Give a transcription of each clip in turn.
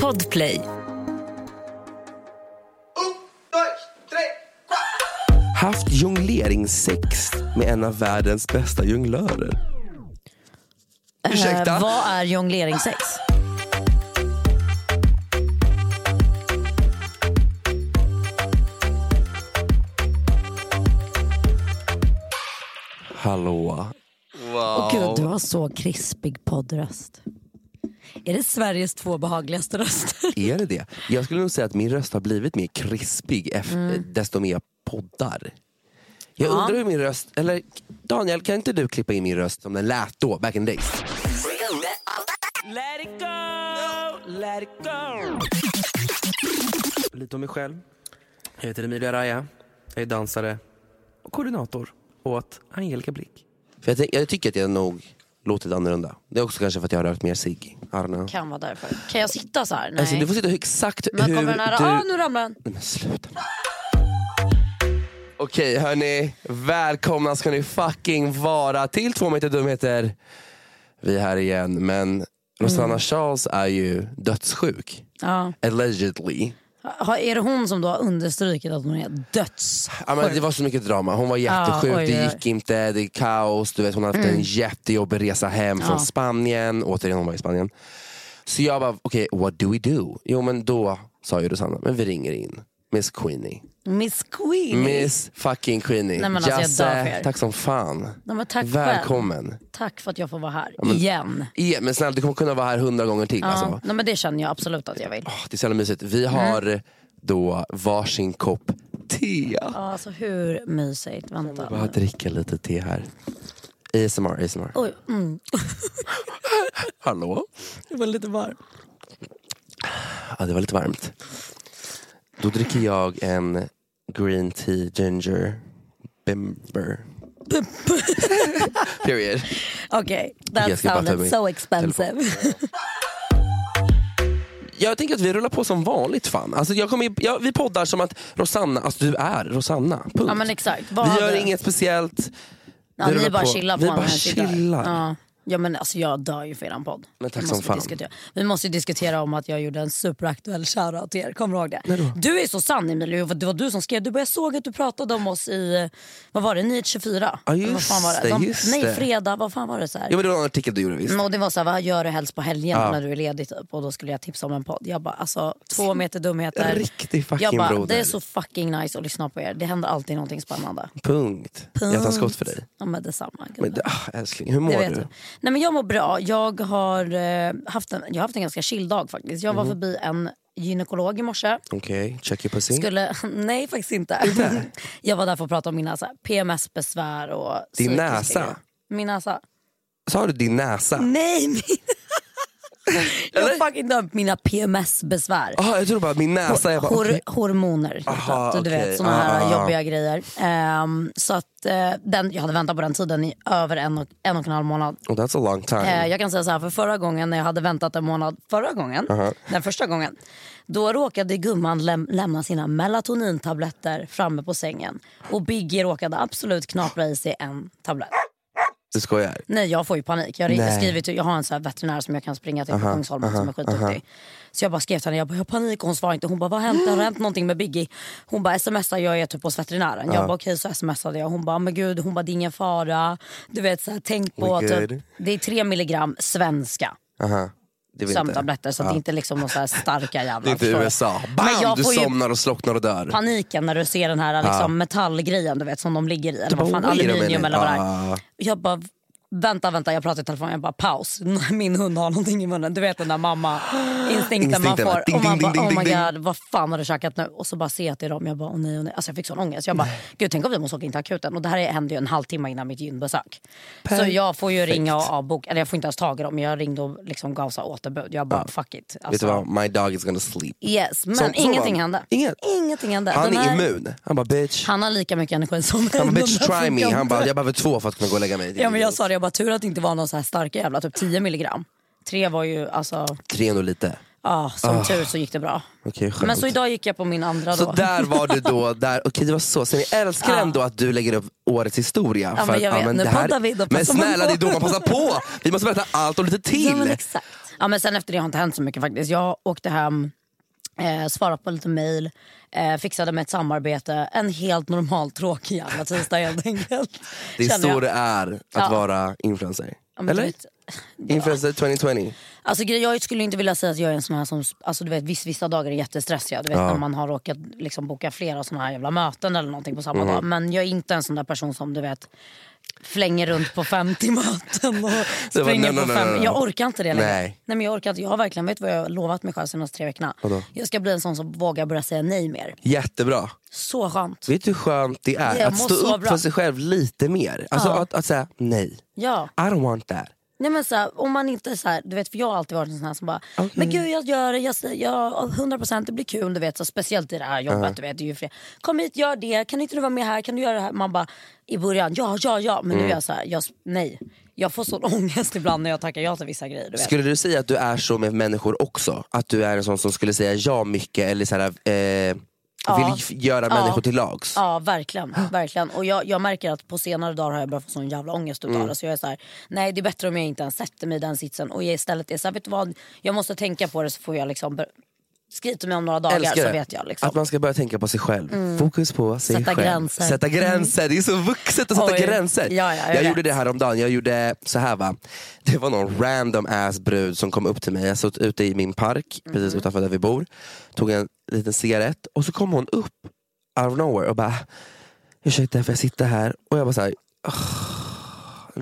Podplay. Haft jongleringssex med en av världens bästa jonglörer. Ursäkta? Eh, vad är jongleringssex? Hallå. Åh gud, du har så krispig poddröst. Är det Sveriges två behagligaste röster? Är det det? Jag skulle nog säga att min röst har blivit mer krispig eff- desto mer jag poddar. Jag undrar hur min röst, eller Daniel kan inte du klippa in min röst som den lät då, back in the days? Lite om mig själv. Jag heter Emilia Raja. Jag är dansare och koordinator åt Angelica Blick. För jag, tänk- jag tycker att jag nog låtit annorlunda. Det är också kanske för att jag har rökt mer cigg. Arne. Kan vara därför. Kan jag sitta så här? Nej. Alltså, du får sitta exakt Men hur kommer den här, du... ah nu ramlar den. Nej men sluta. Okej hörni, välkomna ska ni fucking vara till Två meter dumheter. Vi är här igen, men Rosanna Mm. Charles är ju dödssjuk. Ja. Allegedly. Ha- Är det hon som då har understrukit att hon är döds? Ja, men det var så mycket drama. Hon var jättesjuk, Ja, oj, det oj. Mm. gick inte, det är kaos. Du vet, hon har haft en jättejobbig resa hem från Spanien. Återigen, hon var i Spanien. Så jag bara, okej what do we do? Jo men då sa ju Rosanna, men vi ringer in Miss Queenie. Miss Queen. Miss fucking Queenie. Nej, men alltså, jag dör för Jasse, er. tack som fan. Nej, men tack själv. Välkommen. Tack för att jag får vara här. Igen. Igen, men snälla du kommer kunna vara här hundra gånger till. Alltså. Ja. Mm. Nej, men det känner jag absolut att jag vill. Åh, Det är så jävla mysigt. Vi har då varsin kopp te. Ja, Alltså hur mysigt. Vänta. Bara dricka lite te här. ASMR, ASMR. Oj, mm. Hallå? Det var lite varm. Ja, det var lite varmt. Då dricker jag en green tea ginger bimber. Period. Okej, Jag that ska bara ta sounded min so expensive. Jag tänker att vi rullar på som vanligt fan. Alltså jag kommer, jag, vi poddar som att Rosanna, alltså du är Rosanna. Punkt. ja men exakt. Vad vi har gör du? inget speciellt. Ja, vi vi rullar bara på. chillar på Vi den bara här sidan. chillar. Ja. ja men alltså jag dör ju för eran podd. Men tack Vi som måste fan. Diskutera. Vi måste ju diskutera om att jag gjorde en superaktuell shoutout till er, kommer du ihåg det? Du är så sann Emilio, det var du som skrev, du bara, jag såg att du pratade om oss i, vad var det, Nyhet 24? Ja, vad fan var just det? det, De, just det. nej fredag, vad fan var det så här? Ja, men det var en artikel du gjorde visst. Mm, Och det var så här, vad gör du helst på helgen när du är ledig typ? Och då skulle jag tipsa om en podd. Jag bara, alltså två meter dumheter. Riktig fucking jag bara, broder. det är så fucking nice att lyssna på er. Det händer alltid någonting spännande. Punkt. Jag tar skott för dig. Ja men detsamma. Men, det- ah, älskling, hur mår Det vet du? du. Nej, men jag mår bra. Jag har, eh, haft en, jag har haft en ganska chill dag faktiskt. Jag var Mm. förbi en gynekolog i morse. Okej, check your pussy. Skulle, nej faktiskt inte. jag var där för att prata om min näsa. PMS-besvär och Din psykiska näsa? Ah. grejer. Min näsa. Sa du din näsa? Nej min... jag har fucking dömt mina PMS-besvär. Ah, jag tror bara min näsa. Jag bara, Hor- okej. Hormoner, Aha, så du okej. vet såna här Ah, ah, ah. jobbiga grejer. Ehm, så att, eh, den, jag hade väntat på den tiden i över en och en, och en halv månad. Oh, that's a long time. Eh, Jag kan säga så här, för förra gången när jag hade väntat en månad, förra gången, den första gången, Då råkade gumman läm- lämna sina melatonintabletter framme på sängen. Och Biggie råkade absolut knapra i sig en tablett. Du skojar? Nej jag får ju panik. Jag, ringde, Nej. skriver till, jag har en sån här veterinär som jag kan springa till på Kungsholmen som är skitduktig. Så jag bara skrev till henne, jag bara jag har panik och hon svarar inte. Hon bara vad har hänt? Har det hänt någonting med Biggie? Hon bara smsar jag är typ hos veterinären. Jag bara okej så smsade jag. Hon bara men gud hon bara det är ingen fara. Du vet så här, tänk på Men typ, gud. det är tre milligram svenska Aha. Det vill inte. sömntabletter så att det inte är liksom någon så här starka jävlar. Det är inte förstår du? USA. Men Bam! jag Du får ju somnar och slocknar och dör. paniken när du ser den här liksom, metallgrejen du vet som de ligger i. Eller vad bara, fan, "Wait a aluminium minute." eller vad det är. Ah. Jag bara, vänta, vänta, jag pratar i telefon. Jag bara, paus. Min hund har någonting i munnen. Du vet den där mamma-instinkten man Instinkten, får. va? Ding, och man ding, bara, ding, oh ding, my ding. god, vad fan har du käkat nu? Och så bara ser jag till dem. Jag bara, åh nej, åh nej. Alltså jag fick sån ångest. Jag bara, gud tänk om vi måste åka in till akuten. Och det här hände ju en halvtimme innan mitt gymbesök. Så jag får ju ringa och avboka. Eller jag får inte ens tag i dem. Jag ringde och liksom gav så här återbud. Jag bara, fuck it. Vet du Alltså, vad? My dog is gonna sleep. yes, men Så- så var ingenting han. hände. Inget. Ingenting hände. Han Den är här- immun. Han bara bitch. han Han, har lika mycket energi som mig. bara, bitch Den där try me. funkar Han bara inte. jag behöver två för att kunna gå och lägga mig. ja, men jag sa det, jag bara tur att det inte var någon så här starka jävla, typ 10 milligram. Tre var ju, alltså, Tre ändå lite. ah, som tur så gick det bra. Okej, skönt. Men så idag gick jag på min andra Så då. där var du då, där, okej det var så. Sen jag älskar ändå att du lägger upp årets historia. Ja, för men att, jag vet. Nu poddar vi, då men passar man snälla det är på. då man passar på! Vi måste berätta allt och lite till. Ja men exakt. Ja, men sen efter det har inte hänt så mycket faktiskt. Jag åkte hem, eh, svarade på lite mail, eh, fixade med ett samarbete. En helt normal tråkig jävla tisdag helt enkelt. det är Känner så jag. det är att Ja. vara influencer. Ja, men du Eller? vet, Influencer 2020. Alltså, grej- jag skulle inte vilja säga att jag är en sån här som, alltså, du vet viss, vissa dagar är jättestressiga. Du vet när man har råkat liksom, boka flera såna här jävla möten eller någonting på Mhm. samma dag. Men jag är inte en sån där person som du vet flänger runt på 50 möten och springer nej, på nej, fem. nej, nej. Jag orkar inte det längre. Nej. Nej. men jag orkar inte. Jag har verkligen, vet du vad jag har lovat mig själv de senaste tre veckorna? Jag ska bli en sån som vågar börja säga nej mer. Jättebra. Så skönt. Vet du hur skönt det är Jag att mår stå så upp bra. för sig själv lite mer? Alltså Ja. att, att säga nej, Ja. I don't want that. Nej men så här, om man inte så här, du vet för jag har alltid varit en sån här som bara, Mm. men gud jag gör det, jag, säger- jag 100% det blir kul du vet, så speciellt i det här jobbet du vet, det är ju fler. Kom hit, gör det, kan inte du vara med här, kan du göra det här? Man bara i början, ja ja ja, men Mm. nu är jag så här, jag, nej. Jag får sån ångest ibland när jag tackar ja till vissa grejer du vet. Skulle du säga att du är så med människor också? Att du är en sån som skulle säga ja mycket eller så här, eh, vill f- göra människor till lags? Ja verkligen, verkligen. Och jag, jag märker att på senare dagar har jag börjat få sån jävla ångest utav Mm. det. Så jag är så här, nej det är bättre om jag inte ens sätter mig i den sitsen. Och jag istället är så här, vet du vad, jag måste tänka på det så får jag liksom, ber- skriv till mig om några dagar Älskar så det. vet jag liksom. Mm. Att man ska börja tänka på sig själv. Fokus på sig Sätta själv. gränser. Mm. Sätta gränser. Det är så vuxet att sätta Oj. gränser. Ja, ja, jag jag vet. gjorde det här om dagen. Jag gjorde så här va. Det var någon random ass brud som kom upp till mig. Jag satt ute i min park Mm. precis utanför där vi bor. Tog en liten cigarett och så kom hon upp out of nowhere och bara Ursäkta får jag sitta här? Och jag bara så här, "Ugh,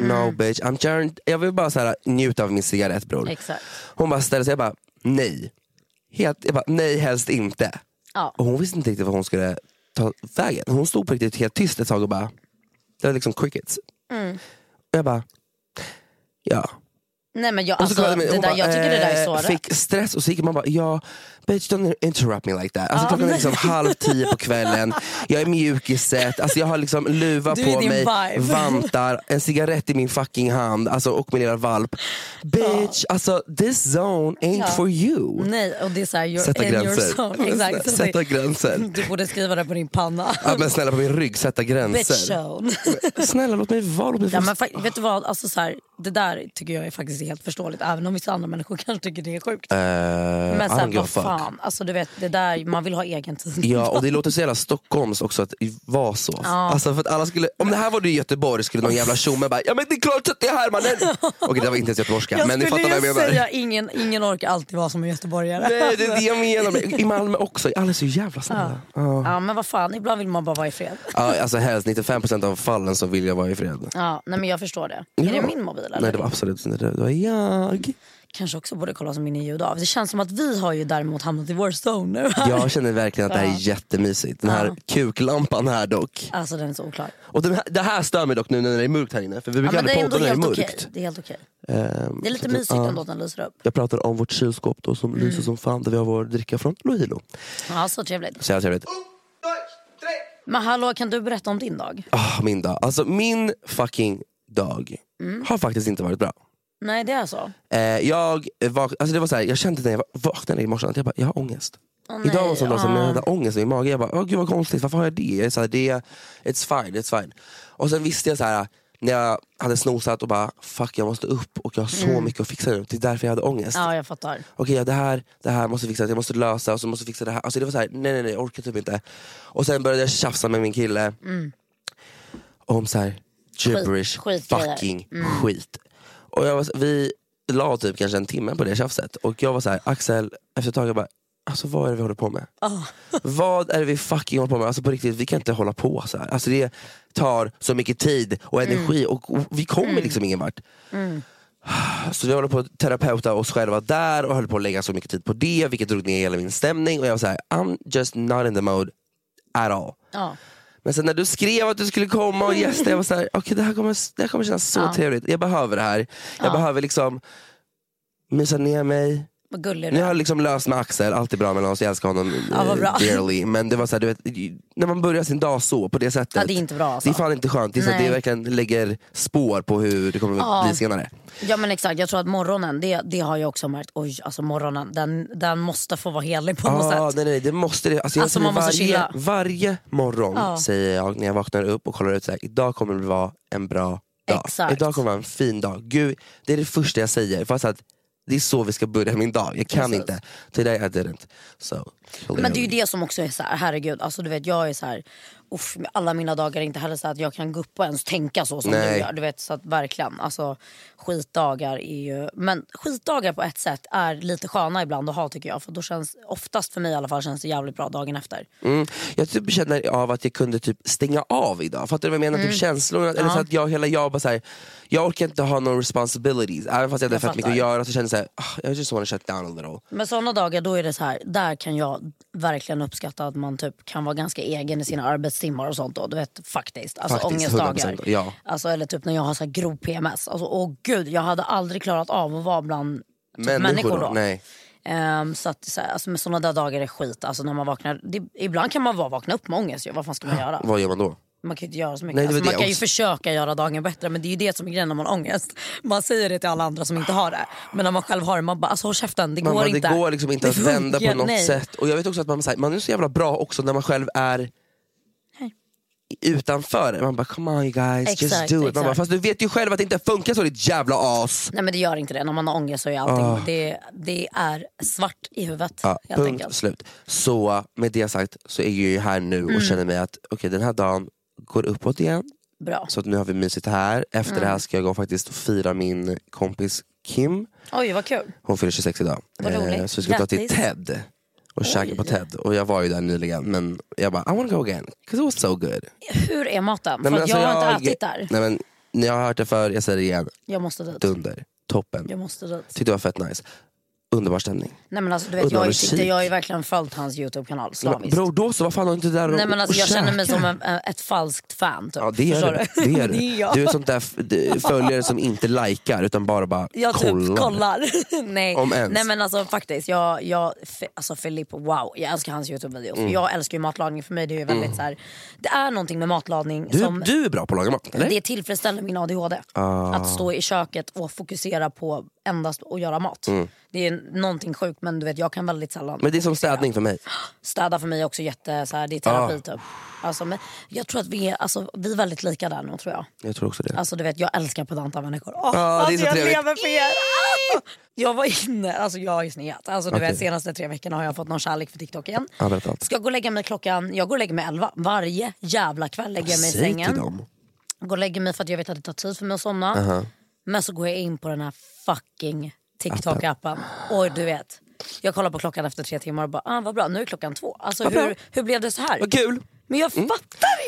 No Mm. bitch, I'm trying, jag vill bara så här, njuta av min cigarett bror. Exakt. Hon bara ställer sig, jag bara nej. Helt, jag bara, nej helst inte. Ja. Och hon visste inte riktigt vad hon skulle ta vägen. Hon stod på riktigt helt tyst ett tag och bara, det var liksom crickets. Mm. Och jag bara, ja. Nej men jag, Och så alltså, kollade hon det mig, hon där, jag tycker det där är eh, så rätt. Fick stress och så gick man bara, ja, bitch don't interrupt me like that. Alltså, klockan är liksom halv tio på kvällen, jag är mjuk i set, alltså, jag har liksom luva Du är på din mig, vibe. vantar, en cigarett i min fucking hand alltså, och min lilla valp. Bitch, alltså this zone ain't Ja. for you. Nej och det är såhär, you're Sätta in your gränser. zone. Exakt. Så Sätta det- gränser. Du borde skriva det på din panna. Ja, men snälla på min rygg, sätta Bitch gränser. zone. Snälla låt mig vara, låt mig Ja, få- men fa- vet du vad, alltså, så här, det där tycker jag är faktiskt helt förståeligt även om vissa andra människor kanske tycker det är sjukt. Eh, men I så här, don't give a vad fuck. fan, alltså, du vet, det där, man vill ha egen tid. Ja, och det låter så jävla Stockholms också att vara så. Alltså för att alla skulle, om det här var du i Göteborg skulle någon jävla tjomme bara, ja men det är klart att det är Hermanen. Okej det var inte ens göteborgska, men ni fattar vad jag ju menar. säga ingen, ingen orkar alltid vara som en göteborgare. Nej det är det jag menar, Men i Malmö också, alla är så jävla snälla. Ja. Ja men vad fan, ibland vill man bara vara i fred. Ja, alltså helst 95% av fallen så vill jag vara i fred. Ja, nej men jag förstår det. Är det Ja. min mobil eller? Nej det var absolut inte det, det var jag. kanske också borde kolla som min är ljud av. Det känns som att vi har ju däremot hamnat i vår zone nu. Jag känner verkligen att det här är jättemysigt. Den här kuklampan här dock. Alltså den är så oklar. Och den här, det här stör mig dock nu när det är mörkt här inne, för vi Ja, brukar men det är aldrig ändå podda när det är helt mörkt. okej. Det är helt okej. Ehm, Det är lite så att- mysigt ja. ändå att den lyser upp. Jag pratar om vårt kylskåp då, som Mm. lyser som fan där vi har vår dricka från Lohilo. Ja, så trevligt. Så jävla trevligt. Men hallå, kan du berätta om din dag? Ah, min dag. Alltså min fucking dag Mm. har faktiskt inte varit bra. Nej, det är så. Eh, jag, vak- alltså, det var så här, jag kände när jag va- vaknade i morse att jag, bara, jag har ångest. Åh, Idag nej, var det som någon som ja. jag hade ångest i magen. Jag bara, åh gud vad konstigt, varför har jag det? Jag är så här, det it's fine, it's fine. Och sen visste jag så här när jag hade snosat och bara, fuck jag måste upp och jag har så mycket att fixa nu. Det är därför jag hade ångest. Mm. Ja, jag fattar. Okej, ja, det här, det här måste fixas, jag måste lösa och så måste jag fixa det här. Alltså det var så här, nej nej nej, jag orkar typ inte. Och sen började jag tjafsa med min kille om så här, gibberish, skitgrejer. fucking skit. Och jag var, så- vi la typ kanske en timme på det tjafset och jag var så här, Axel, efter ett tag jag bara, alltså vad är det vi håller på med? Vad är det vi fucking håller på med? Alltså på riktigt, vi kan inte hålla på så här. Alltså det tar så mycket tid och energi och, och vi kommer liksom ingen vart. Så vi håller på att terapeuta oss själva där och höll på att lägga så mycket tid på det vilket drog ner hela min stämning och jag var såhär, I'm just not in the mode at all. Ja. Men sen när du skrev att du skulle komma och gästa, jag var såhär, okej det, här kommer- det här kommer kännas så trevligt. Jag behöver det här. Jag behöver liksom mysa ner mig. Vad gullig du Nu är. har jag liksom löst med Axel, allt är bra mellan oss, jag älskar honom Ja, vad eh, bra. dearly. Men det var såhär, du vet, när man börjar sin dag så, på det sättet. Ja, det är inte bra alltså. Det är fan inte skönt, det, är så här, Nej. det verkligen lägger spår på hur det kommer Ja. bli senare. Ja men exakt, jag tror att morgonen, det, det har jag också märkt, oj alltså morgonen, den, den måste få vara helig på något Ja, sätt. Ah, nej, nej, det måste det. Alltså, jag Alltså, säger man måste varje, chilla. varje morgon Ja. säger jag när jag vaknar upp och kollar ut, så här, idag kommer det vara en bra dag. Exakt. Idag kommer det vara en fin dag. Gud, det är det första jag säger. Fast att det är så vi ska börja min dag. Jag kan Precis. inte. Today I didn't. So, Men det är ju det som också är så här, herregud, alltså du vet jag är så här, uff, alla mina dagar är inte heller så att jag kan gå upp och ens tänka så som Nej. du gör. Du vet, så att verkligen, alltså skitdagar är ju, men skitdagar på ett sätt är lite sköna ibland att ha tycker jag. För då känns, oftast för mig i alla fall, känns det jävligt bra dagen efter. Mm. Jag typ känner av att jag kunde typ stänga av idag. Fattar du vad jag menar? Mm. Typ känslorna, eller så att jag hela jag bara så här, jag orkar inte ha någon responsibilities. Även fast jag hade Jag fett mycket att fattar. göra så kände jag såhär, ah, jag just wanna shut down a little. Men sådana dagar då är det så här, där kan jag verkligen uppskatta att man typ kan vara ganska egen i sina arbetstimmar och sånt då. Du vet faktiskt, alltså Faktiskt, ångestdagar. 100%, ja. Alltså, eller typ när jag har så här grov PMS. Alltså åh gud, jag hade aldrig klarat av att vara bland typ människor, då. Nej. Ehm, så att, så här, alltså, men sådana där dagar är skit. Alltså när man vaknar, det, ibland kan man bara vakna upp med ångest ju. Vad fan ska man göra? Vad gör man då? Man kan ju inte göra så mycket. Nej, det var alltså, man det kan ju också. försöka göra dagen bättre men det är ju det som är grejen när man har ångest. Man säger det till alla andra som inte har det. Men när man själv har det, man bara alltså håll käften, det Man går bara, inte. Det går liksom inte Det att vända på funkar- något nej. sätt. Och jag vet också att man, så här, man är så jävla bra också när man själv är utanför. det. Man bara, come on you guys, just Exakt, do it. Man bara, exakt. fast du vet ju själv att det inte funkar så ditt jävla as. Nej men det gör inte det, när man har ångest så är allting, det, det är svart i huvudet Ja, helt Ah. punkt enkelt. slut. Så med det sagt så är jag ju här nu Mm. och känner mig att okej den här dagen går uppåt igen. Bra. Så att nu har vi mysigt här. Efter det Mm. här ska jag gå och faktiskt fira min kompis Kim. Oj vad kul. Hon fyller 26 idag. Eh, Vad roligt. så vi ska ta till Grattis. TED och käka på TED. Och jag var ju där nyligen men jag bara, I wanna go again. 'Cause it was so good. Hur är maten? Nej, För men att alltså, jag har inte ätit där. Nej, men, ni har hört det för jag säger det igen. Jag måste dit. Dunder. Toppen. Jag måste dit. Tyckte det var fett nice. Underbar stämning. Nej men alltså du vet, Undrar jag har om ju det är tittat- jag har ju kik. verkligen följt hans YouTube-kanal slaviskt. Bror då så, vad fan har du inte där och- Nej men alltså och jag känner mig käka? som en, en- ett falskt fan typ. Ja det gör Förstår du. Det gör det är du. jag. du är ett sånt där f- d- följare som inte likar utan bara, bara jag kollar. typ kollar. Nej. Om ens. Nej men alltså faktiskt, jag, jag, F- alltså Filip, wow. Jag älskar hans Youtube-videos. Mm. Jag älskar ju matlagning, för mig det är ju väldigt så här, det är någonting med matlagning Du, Ah. som du är bra på att laga mat eller? Det tillfredsställer min ADHD. Att stå i köket och fokusera på endast att göra mat. Det är någonting sjukt men du vet jag kan väldigt sällan. Mm. Men det är som städning för mig. Städa för mig är också jätte, så här, det är terapi Ah. typ. Alltså, men jag tror att vi är, alltså, vi är väldigt lika där nu tror jag. Jag tror också det. Alltså du vet jag älskar pedanta människor. Åh, det är alltså, så jag trevligt. lever för er. Ah! Jag var inne, alltså jag har ju snett. Alltså, du vet senaste tre veckorna har jag fått någon kärlek för TikTok igen. Ja, berätta allt. Ska jag gå och lägga mig klockan, jag går och lägger mig elva. Varje jävla kväll lägger jag mig i Säg sängen. till dem. Går och lägger mig för att jag vet att det tar tid för mig att somna. Men så går jag in på den här fucking TikTok-appen. Och du vet, jag kollar på klockan efter tre timmar och bara, ah, vad bra, nu är klockan två. Alltså bra. hur, hur blev det så här? Vad kul. Mm. Men jag fattar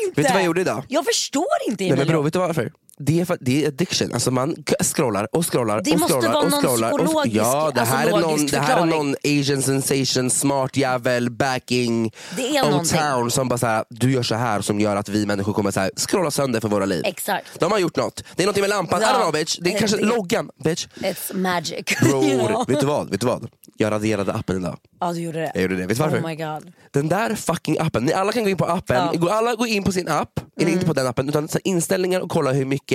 inte! Vet du vad jag gjorde idag? Jag förstår inte Nej, men Emilio. bror, vet du varför? Det är, för, det är addiction, alltså man k- scrollar och scrollar Det och måste scrollar vara och någon scrollar. och, psykologisk- ja, det, alltså här är någon, logisk det här är förklaring. någon asian sensation, smart jävel, backing, Det är någonting. town som bara så här, du gör så här som gör att vi människor kommer så här, scrolla sönder för våra liv. Exakt. De har gjort något, det är något med lampan, Ja. I don't know bitch, det är Jag kanske vet. loggan bitch. It's magic. Bror, you know? vet, du vad? vet du vad? Jag raderade appen idag. Ja du gjorde det. Jag gjorde det, vet du varför? Oh my god. Den där fucking appen, ni alla kan gå in på appen, Ja. Mm. Gå- alla går in på sin app, eller inte på den appen, utan så här inställningar och kolla hur mycket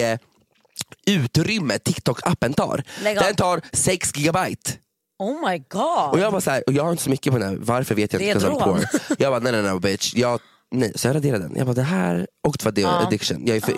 utrymme TikTok-appen tar. Lägg av. den tar 6 gigabyte. Oh my Och god. jag bara så här, och jag har inte så mycket på den här, varför vet jag Det är inte? 'cause I'm ett rån. poor. Jag bara, nej nej nej bitch. Jag, nej. Så jag raderade den. Jag bara, det här, och det var det, addiction. Jag är för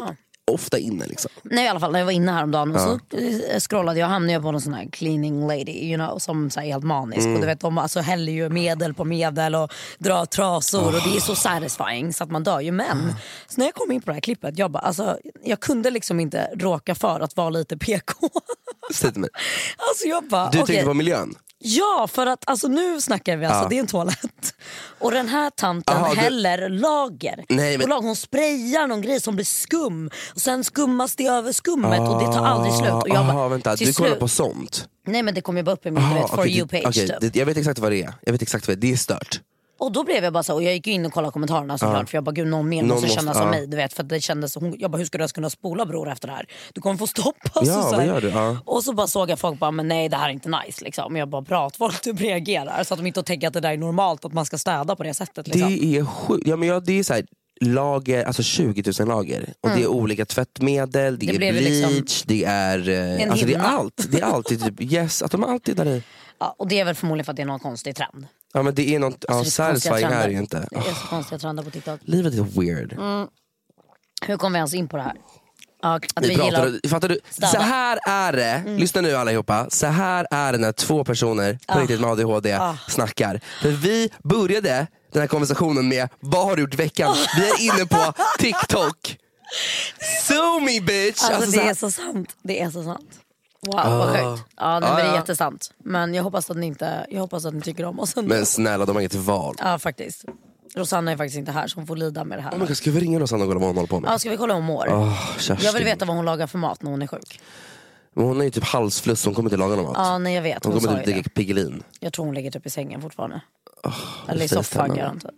ofta inne liksom. Nej i alla fall när jag var inne häromdagen och så eh, scrollade jag hamnade jag på någon sån här cleaning lady you know, som så här är helt manisk. Och du vet de alltså, häller ju medel på medel och drar trasor och det är så satisfying så att man dör ju. Men så när jag kom in på det här klippet, jag, bara, alltså, jag kunde liksom inte råka för att vara lite PK. Säg till mig. alltså jag bara, Du okej. tänkte på miljön? Ja, för att alltså, nu snackar vi alltså, det är en toalett. Och den här tanten Aha, du- häller lager. Nej, men- Och lager. Hon sprayar någon grej som blir skum. Och sen skummas det över skummet och det tar aldrig slut. Och jag Ah, Aha, bara, vänta, till du kollar slut- på sånt? Nej men det kommer ju bara upp i min du Aha, vet, for okej, you det- page okej, typ. det, jag vet exakt vad det är. Jag vet exakt vad det är. Det är stört. Och då blev jag bara så, och jag gick ju in och kollade kommentarerna såklart för jag bara gud någon mer Någon måste måste- känna som ja. mig. Du vet, för att det kändes, hon, jag bara hur ska du ens kunna spola bror efter det här? Du kommer få stoppas. och Ja, så vad här. gör du? Ja. Och så bara såg jag folk bara men nej det här är inte nice. Liksom. Och jag bara bra att folk typ reagerar så att de inte tänker att det där är normalt att man ska städa på det sättet. Liksom. Det är sjukt. Ja, men jag, det är så här, lager, alltså 20 000 lager. Och det är olika tvättmedel, det, Mm. Det är blev ju bleach, liksom det är... eh, en Alltså, det är himla. allt. Det är alltid typ, yes, att de alltid där i. Ja, och det är väl förmodligen för att det är någon konstig trend. Ja men det är något, ja, Alltså, det är så konstiga satisfying är det ju trender. inte. Det är så konstiga trender på TikTok. Livet är weird. Hur kom vi ens in på det här? Ja, att vi Vi gillar... Mm. pratade, fattar du? Städa. Så här är det, lyssna nu allihopa. Så här är det när två personer Ah. på riktigt med ADHD snackar. För vi började den här konversationen med, vad har du gjort i veckan? Ah. Vi är inne på TikTok. Sue me bitch! Alltså, Alltså, så det här- är så sant. Det är så sant. Wow, vad Ah. sjukt. Ja, nej, men det är jättesant. Men jag hoppas att ni, inte, jag hoppas att ni tycker om oss ändå. Men snälla, de har inget val. Ja, faktiskt. Rosanna är faktiskt inte här så hon får lida med det här. Oh my God, ska vi ringa Rosanna och kolla vad hon håller på med? ja, ska vi kolla hur hon mår? Åh, Kerstin. Alltså, Jag vill veta vad hon lagar för mat när hon är sjuk. Men Hon har ju typ halsfluss, hon kommer inte laga någon mat. Ja, nej jag vet. hon Hon kommer Ah, sa typ ju det. dricka Piggelin. Jag tror hon ligger typ i sängen fortfarande. Eller i det är soffan spännande. garanterat.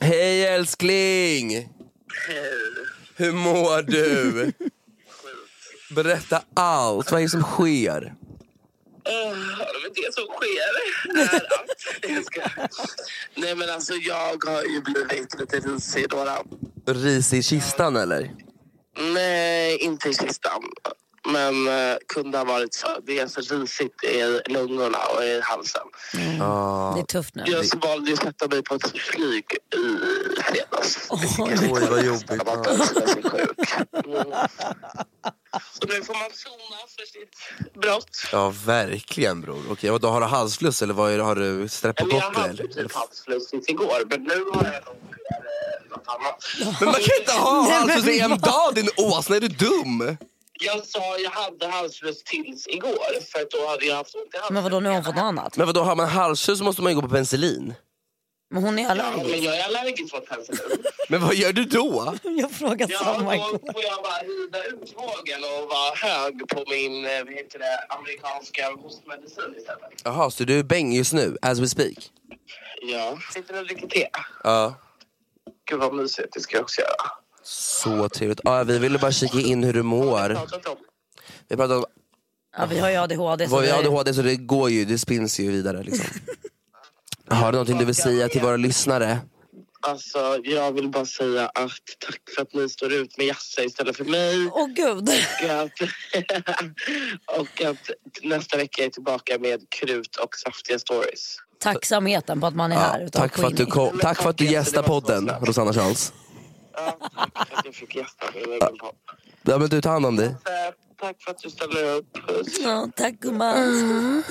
Hej älskling! Hur mår du? Berätta allt, vad är det som sker? Uh, det som sker är att... Jag ska... Nej, men alltså, jag har ju blivit lite risig. Några... Ris i kistan eller? Nej, inte i kistan. Men eh, kunde ha varit så. Det är så risigt i lungorna och i halsen. Ah. Det är tufft nu. Jag så valde ju att sätta mig på ett flyg i fredags. Oj vad jobbigt. Jag var plötsligt sjuk. Mm. Så nu får man sona för sitt brott. Ja verkligen bror. Okej, och då har du halsfluss eller vad är det? har du Men jag streptokocker? hade eller? typ halsfluss tills igår, men nu har jag nog eh, något annat. Men man kan inte ha halsfluss i en dag din åsna, är du dum? Jag sa jag hade halsfluss tills igår, för att då hade jag haft ont i halsen. Men vadå, nu har hon fått något annat? Men vadå, har man halsfluss så måste man ju gå på penicillin. Men hon är Ja, men allergisk. jag är allergisk mot penicillin. Men vad gör du då? Jag frågar Ja, samma gång. då får jag bara rida ut vågen och vara hög på min eh, vad heter det, amerikanska hostmedicin istället. Jaha, så du är bäng just nu, as we speak? Ja. Sitter du och dricker te? Ja. Gud vad mysigt, det ska jag också göra. Så trevligt. Ja, vi ville bara kika in hur du mår. Pratat om. Vi pratade om Ja, vi har ju ADHD. så Vad vi det har är- ADHD så det går ju, det spinns ju vidare liksom. Har du någonting du vill säga till våra lyssnare? Alltså, jag vill bara säga att tack för att ni står ut med Jasse istället för mig. Åh gud. Och att, och att nästa vecka är jag tillbaka med krut och saftiga stories. Tacksamheten på att man är här. utav Tack för att du, Queenie. kom, tack för att du gästar podden, Rosanna Charles. Ja, tack för att jag fick gästa min egen podd. Ja, men du, tar hand om dig. Eh, Tack för att du ställer upp. Puss. Ja, tack gumman. Mm.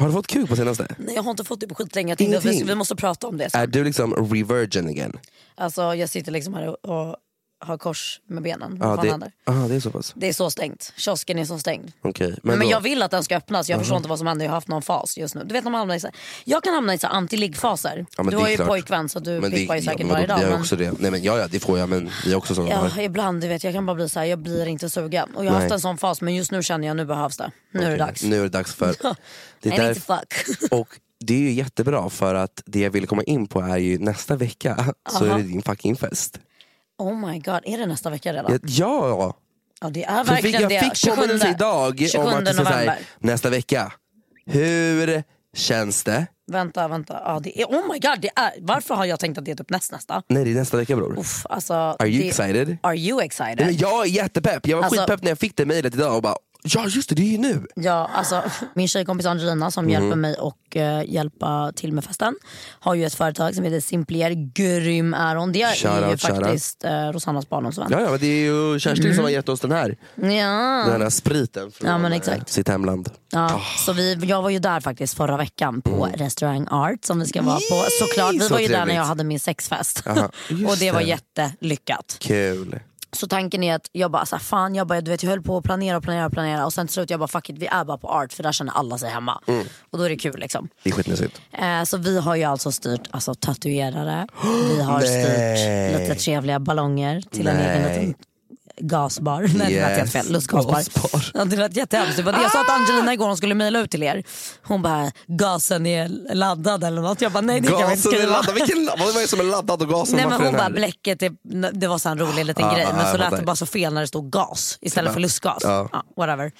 Har du fått kuk på senaste? Nej, jag har inte fått det på skitlänge. Jag tänkte att vi, Ingenting. vi måste prata om det. Är du liksom revirgin igen? Alltså, jag sitter liksom här och, och har kors med benen. Ja, Vad fan det, händer? ah, det är så pass. det är så stängt. Kiosken är så stängd. Okej. Men, Men, då, Mhm. jag vill att den ska öppnas. Jag förstår inte vad som händer. Jag har haft någon fas just nu. Du vet när man hamnar i så här, Jag kan hamna i så här anti-ligg-faser. Ja, men du det är har ju klart. pojkvän så du men pippar ju säkert ja, men varje vadå, dag. Vi har men- också det. Nej men ja, ja det får jag men vi är också sådana. Ja, här. ibland du vet, jag kan bara bli så här, jag blir inte sugen. Och jag har Nej. haft en sån fas men just nu känner jag nu behövs det. Nu är det dags. Nu är det dags för... I Det är need därför- to fuck. Och det är ju jättebra för att det jag vill komma in på är ju nästa vecka så är det din fucking fest. Oh my god, är det nästa vecka redan? Ja, Ja! ja det är För fick, verkligen jag det. fick påminnelse idag om 27 att det står så här, november. nästa vecka. Hur känns det? Vänta, vänta. Ja, det är, oh my god, det är, varför har jag tänkt att det är typ näst nästa? Nej det är nästa vecka bror. Uff, alltså, Mm. Are you det, excited? Are you excited? Nej, men jag är jättepepp, jag var Alltså- skitpepp när jag fick det mejlet idag och bara Ja just det, det är ju nu! Ja, alltså, min tjejkompis Angelina Mm-hmm. som hjälper mig och eh, hjälpa till med festen har ju ett företag som heter Simplier. Grym är hon. Det är ju Shoutout, shoutout. faktiskt eh, Rosannas barndomsvän. Ja, ja men det är ju Kerstin som har gett oss den här, Mm. Ja. den här spriten från Ja, men eh, exakt. sitt hemland. Ja, Ah. så vi, jag var ju där faktiskt förra veckan på restaurang Art som vi ska vara på. Såklart, vi Mm. Så var ju där när trevligt. jag hade min sexfest. Aha, just och det var det. jättelyckat. Kul. Så tanken är att jag bara, så här, fan jag, bara, du vet, jag höll på att planera och planera och planera och sen till slut jag bara fuck it, vi är bara på Art för där känner alla sig hemma. Mm. Och då är det kul liksom. Det är skitmysigt. Eh, så vi har ju alltså styrt alltså, tatuerare, vi har Nej. styrt lite trevliga ballonger till en Nej. egen liten gasbar. Nej det lät Yes. helt fel, lustgasbar. Gasbar. Ja, det lät jättehemskt. Det var det jag sa till Angelina igår hon skulle mejla ut till er. Hon bara, gasen är laddad eller något. Jag bara, nej det kan vi inte Gasen är skriva. laddad, Vilken, vad var det som är laddad och gasen Nej var men för hon den bara här? bläcket, är, det var så en rolig liten Ja, grej ja, men så jag lät det fattar. bara så fel när det stod gas istället för lustgas. Ja. Ja, whatever.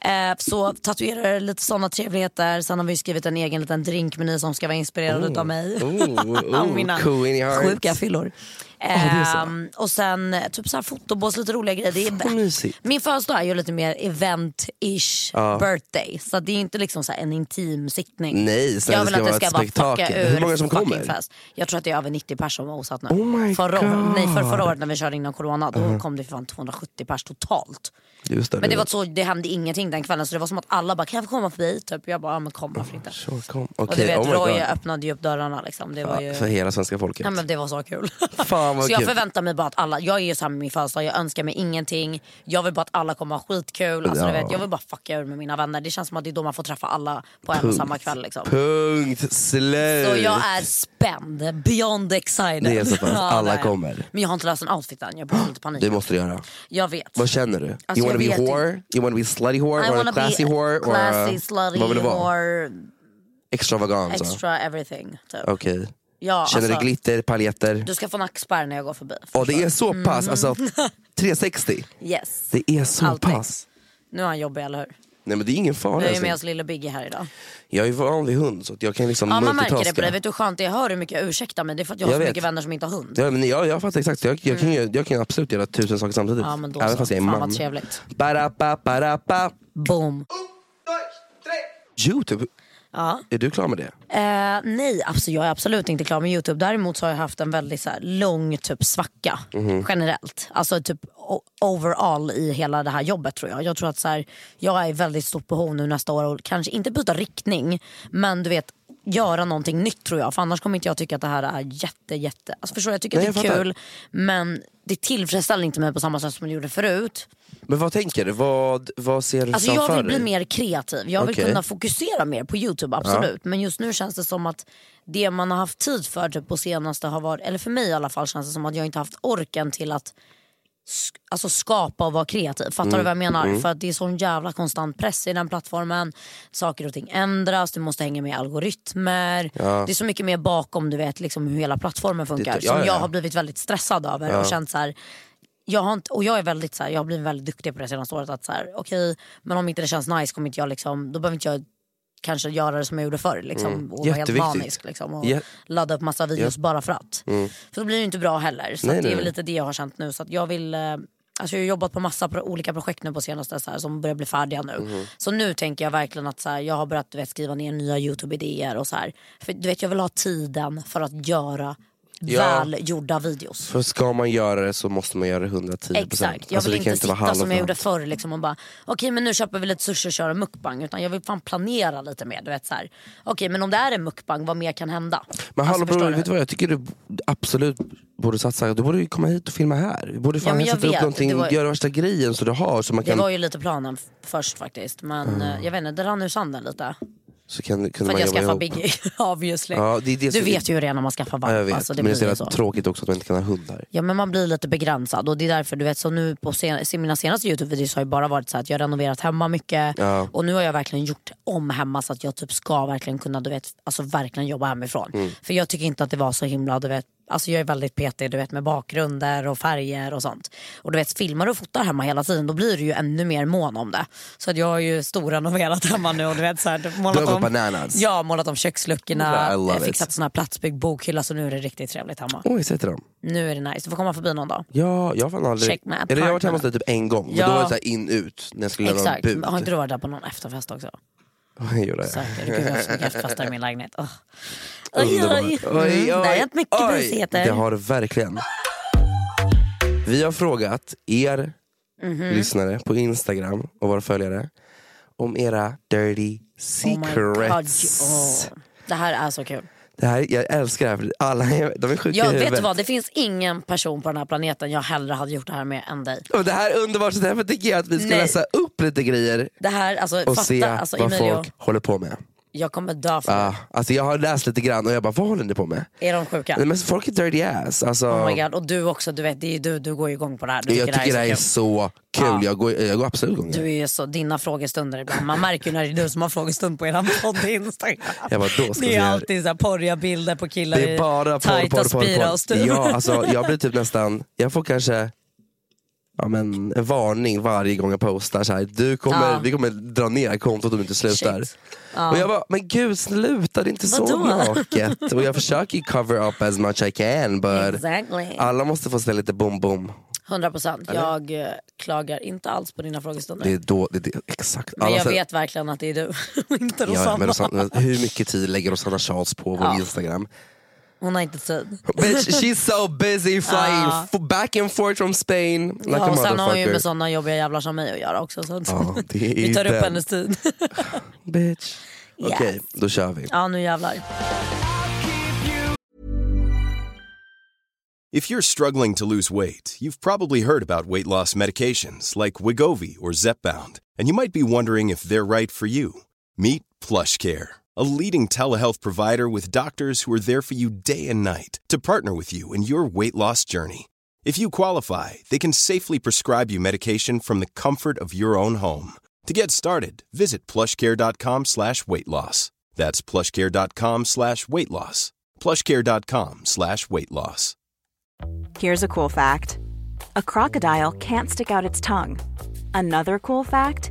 Eh, så tatuerare, lite sådana trevligheter. Sen har vi skrivit en egen liten drinkmeny som ska vara inspirerad utav mig. Oh, Och oh, mina cool in your heart. sjuka fyllor. Ehm, och sen eh, typ så här fotobås, lite roliga grejer. Det Vad mysigt. min födelsedag är ju lite mer event-ish birthday. Så det är inte liksom så här en intim sittning. Nej, snälla, jag det vill ska att det vara ska ett bara fucka spektakel. ur liksom Hur många som fucking kommer? Oh Fest. Jag tror att det är över 90 personer som har osatt nu. my förra, God. Uh-huh. nej, för förra året när vi körde innan corona då kom det för fan 270 pers totalt. Just det, Men det du var vet. så, det hände ingenting den kvällen så det var som att alla bara kan jag få komma förbi? Typ. Jag bara, ja men kom varför inte? Sure, kom. Och du Ah, Okej, vet oh my Roy god. Ah, öppnade ju upp dörrarna liksom. Det var Ja, ju... För hela svenska folket. Ja, men det var så kul. Fan, vad så jag kul. förväntar mig bara att alla, jag är ju såhär med min födelsedag, jag önskar mig ingenting. Jag vill bara att alla kommer ha skitkul. Alltså, du Ja. vet, jag vill bara fucka ur med mina vänner. Det känns som att det är då man får träffa alla på en och samma kväll. Liksom. Punkt slut. Så jag är spänd, beyond excited. Det är så pass. Alla det är. kommer. Men jag har inte löst en outfit än, jag har lite panik. Det måste du göra. Jag vet. Vad känner du? Alltså, you wanna jag be vet whore? You wanna be slutty whore? I Or wanna a classy be whore? Or a- classy, slutty, Vad vill du vara? whore, Extravagant? så. extra everything. Typ. Okej. Ja, Känner alltså, du glitter, paljetter? du Mm. ska få nackspärr när jag går förbi. Ja, det är så pass. Alltså, 360. Yes. Det är så Allting. pass. Nu är han jobbig, eller hur? Nej men det är ingen fara. Vi har ju med älskling. oss lille Biggie här idag. Jag är van vid hund så att jag kan liksom Ja man märker det på multitaska. dig. Vet du hur skönt det är? Jag hör hur mycket jag ursäktar mig. Det är för att jag har Jag så vet. mycket vänner som inte har hund. Ja, men jag, jag fattar exakt, jag, jag, kan, ju- jag kan absolut göra tusen saker samtidigt. Mm. Ja men då Även så. fast jag är Fan man. vad trevligt. Barappa, barappa. Boom. Youtube, är du klar med det? Eh, nej, alltså jag är absolut inte klar med Youtube. Däremot så har jag haft en väldigt så här, lång typ, svacka Mhm. generellt. Alltså typ o- overall i hela det här jobbet tror jag. Jag tror att så här, jag är i väldigt stort behov nu nästa år och kanske inte byta riktning men du vet göra någonting nytt tror jag. För annars kommer inte jag tycka att det här är jätte jätte... Alltså förstår du, jag tycker Nej, att det jag är fattar. kul men det tillfredsställer inte mig på samma sätt som det gjorde förut. Men vad tänker du? Vad, vad ser du Alltså framför jag vill dig? bli mer kreativ, jag vill Okej. kunna fokusera mer på Youtube absolut. Men just nu känns det som att det man har haft tid för typ, på senaste har varit, eller för mig i alla fall känns det som att jag inte haft orken till att sk- Alltså skapa och vara kreativ, fattar Mm. du vad jag menar? För att det är sån jävla konstant press i den plattformen. Saker och ting ändras, du måste hänga med i algoritmer. Det är så mycket mer bakom du vet liksom, hur hela plattformen funkar. ja, som ja, jag ja. har blivit väldigt stressad över och känt så här, jag har inte, och jag är väldigt så här, jag har blivit väldigt duktig på det senaste året att så här, okej, men om inte det känns nice kommer inte jag liksom, då behöver inte jag kanske göra det som jag gjorde förr liksom, och vara helt Mm. Jätteviktigt. manisk liksom, och Ja. Mm. ladda upp massa videos bara för att. För då blir det ju inte bra heller. Så Nej, att det nej, är väl nej. lite det jag har känt nu. Så att jag vill eh, Alltså jag har jobbat på massa pro- olika projekt nu på senaste så här, som börjar bli färdiga nu. Mm. Så nu tänker jag verkligen att så här, jag har börjat du vet, skriva ner nya Youtube-idéer och så här. För du vet jag vill ha tiden för att göra Ja. välgjorda videos. För ska man göra det så måste man göra det 110 Exakt, jag Alltså, vill det kan inte, sitta vara halv som jag och gjorde halv. förr liksom, och bara okej men nu köper vi lite sushi och kör en mukbang utan jag vill fan planera lite mer. Du vet, så här. Okej men om det är en mukbang, vad mer kan hända? Alltså, Men hallå förstår bror, du? vet du vad? Jag tycker du absolut borde satsa. Du borde ju komma hit och filma här. Du borde Ja, fan men jag sätta upp vet. Det någonting, var- göra värsta grejen så du har så man Det kan, Ah. var ju lite planen f- först faktiskt men eh, jag vet inte, det rann ur sanden lite. så kan, kunde För att man jag jobba skaffar ihop. Biggie, obviously. Ja, det är det du som- vet ju hur det är när man skaffar valp. Ja, jag vet, alltså, det men det är så blir ju jävla så. tråkigt också att man inte kan ha hund här. Ja men man blir lite begränsad och det är därför du vet så nu på sen, se- mina senaste Youtube-videos har ju bara varit så här att jag har renoverat hemma mycket och nu har jag verkligen gjort om hemma Mm. så att jag typ ska verkligen kunna du vet, alltså verkligen jobba hemifrån. För jag tycker inte att det var så himla du vet Alltså jag är väldigt petig du vet, med bakgrunder och färger och sånt. Och du vet, filmar och fotar hemma hela tiden då blir du ju ännu mer mån om det. Så att jag har ju storrenoverat hemma nu och du vet så här, typ Du har målat gått om. bananas. Ja, målat om köksluckorna, Yeah, I love eh, fixat it. sån här platsbyggd bokhylla så nu är det riktigt trevligt hemma. Oj, sätter de? Nu är det nice, du får komma förbi någon dag. Ja, jag har fan aldrig... Check my Eller jag har apartment. varit hemma hos dig typ en gång, men Ja. då var det så här in ut när jag skulle lämna Exakt, bud. typ. har inte du varit där på någon efterfest också? Jag gjorde det. Säkert, gud jag har så mycket efterfester i min lägenhet. Oh. Oj, Underbart. oj. Mm, Det har hänt mycket oj. busigheter. Det har det verkligen. Vi har frågat er Mhm. lyssnare på Instagram och våra följare om era dirty Oh my God. secrets. Åh, Det här är så kul. det här, jag älskar det här, för alla är, de är sjuka Ja, i vet du huvudet. vad? Det finns ingen person på den här planeten jag hellre hade gjort det här med än dig. Och det här är underbart, så därför tycker jag att vi ska Nej. läsa upp lite grejer Det här, alltså och fatta, se alltså, vad Emilio, folk håller på med. jag kommer dö för det. Ah, alltså jag har läst lite grann och jag bara, vad håller ni på med? Är de sjuka? Nej, men folk är dirty ass. Alltså, Oh my god, och du också, du vet, det är ju du, du går ju igång på det här. Du jag tycker det här är så så kul, Ja. jag, går, jag går absolut igång. kul. Du är ju så, dina frågestunder ibland, man märker ju när det är du som har frågestund på eran podd på Instagram. Jag bara, då ska vi det är se här. alltid så här porriga bilder på killar Det är bara i porr, tajta porr, porr, spira porr. och stuv. Ja, alltså, jag blir typ nästan, jag får kanske ja, men, en varning varje gång jag postar. Så här, du kommer, Ja. Vi kommer dra ner kontot om du inte slutar. Shit. Ja. Och jag bara, men gud sluta, det är inte så Vadå? naket. Och jag försöker cover up as much I can but Exactly. alla måste få se lite bom bom. 100% jag eh, klagar inte alls på dina frågestunder. Det är då, det, det, exakt. Men Alla jag ser- vet verkligen att det är du och inte Ja, ja, men Rosanna. Rosanna, hur mycket tid lägger Rosanna Charles på vår Instagram? Hon har inte tid. Bitch, she's so busy flying Ja. f- back and forth from Spain like Ja, a och sen motherfucker. har hon ju med sådana jobbiga jävlar som mig att göra också. Så att Ja, det är vi tar upp den. hennes tid. Bitch. Yes. Okej, då kör vi. ja, nu jävlar. If you're struggling to lose weight, you've probably heard about weight loss medications like Wigovi or Zepbound, and you might be wondering if they're right for you. Meet PlushCare, a leading telehealth provider with doctors who are there for you day and night to partner with you in your weight loss journey. If you qualify, they can safely prescribe you medication from the comfort of your own home. To get started, visit plushcare.com slash weight loss. That's plushcare.com slash weight loss. plushcare.com slash weight loss. Here's a cool fact a crocodile can't stick out its tongue. Another cool fact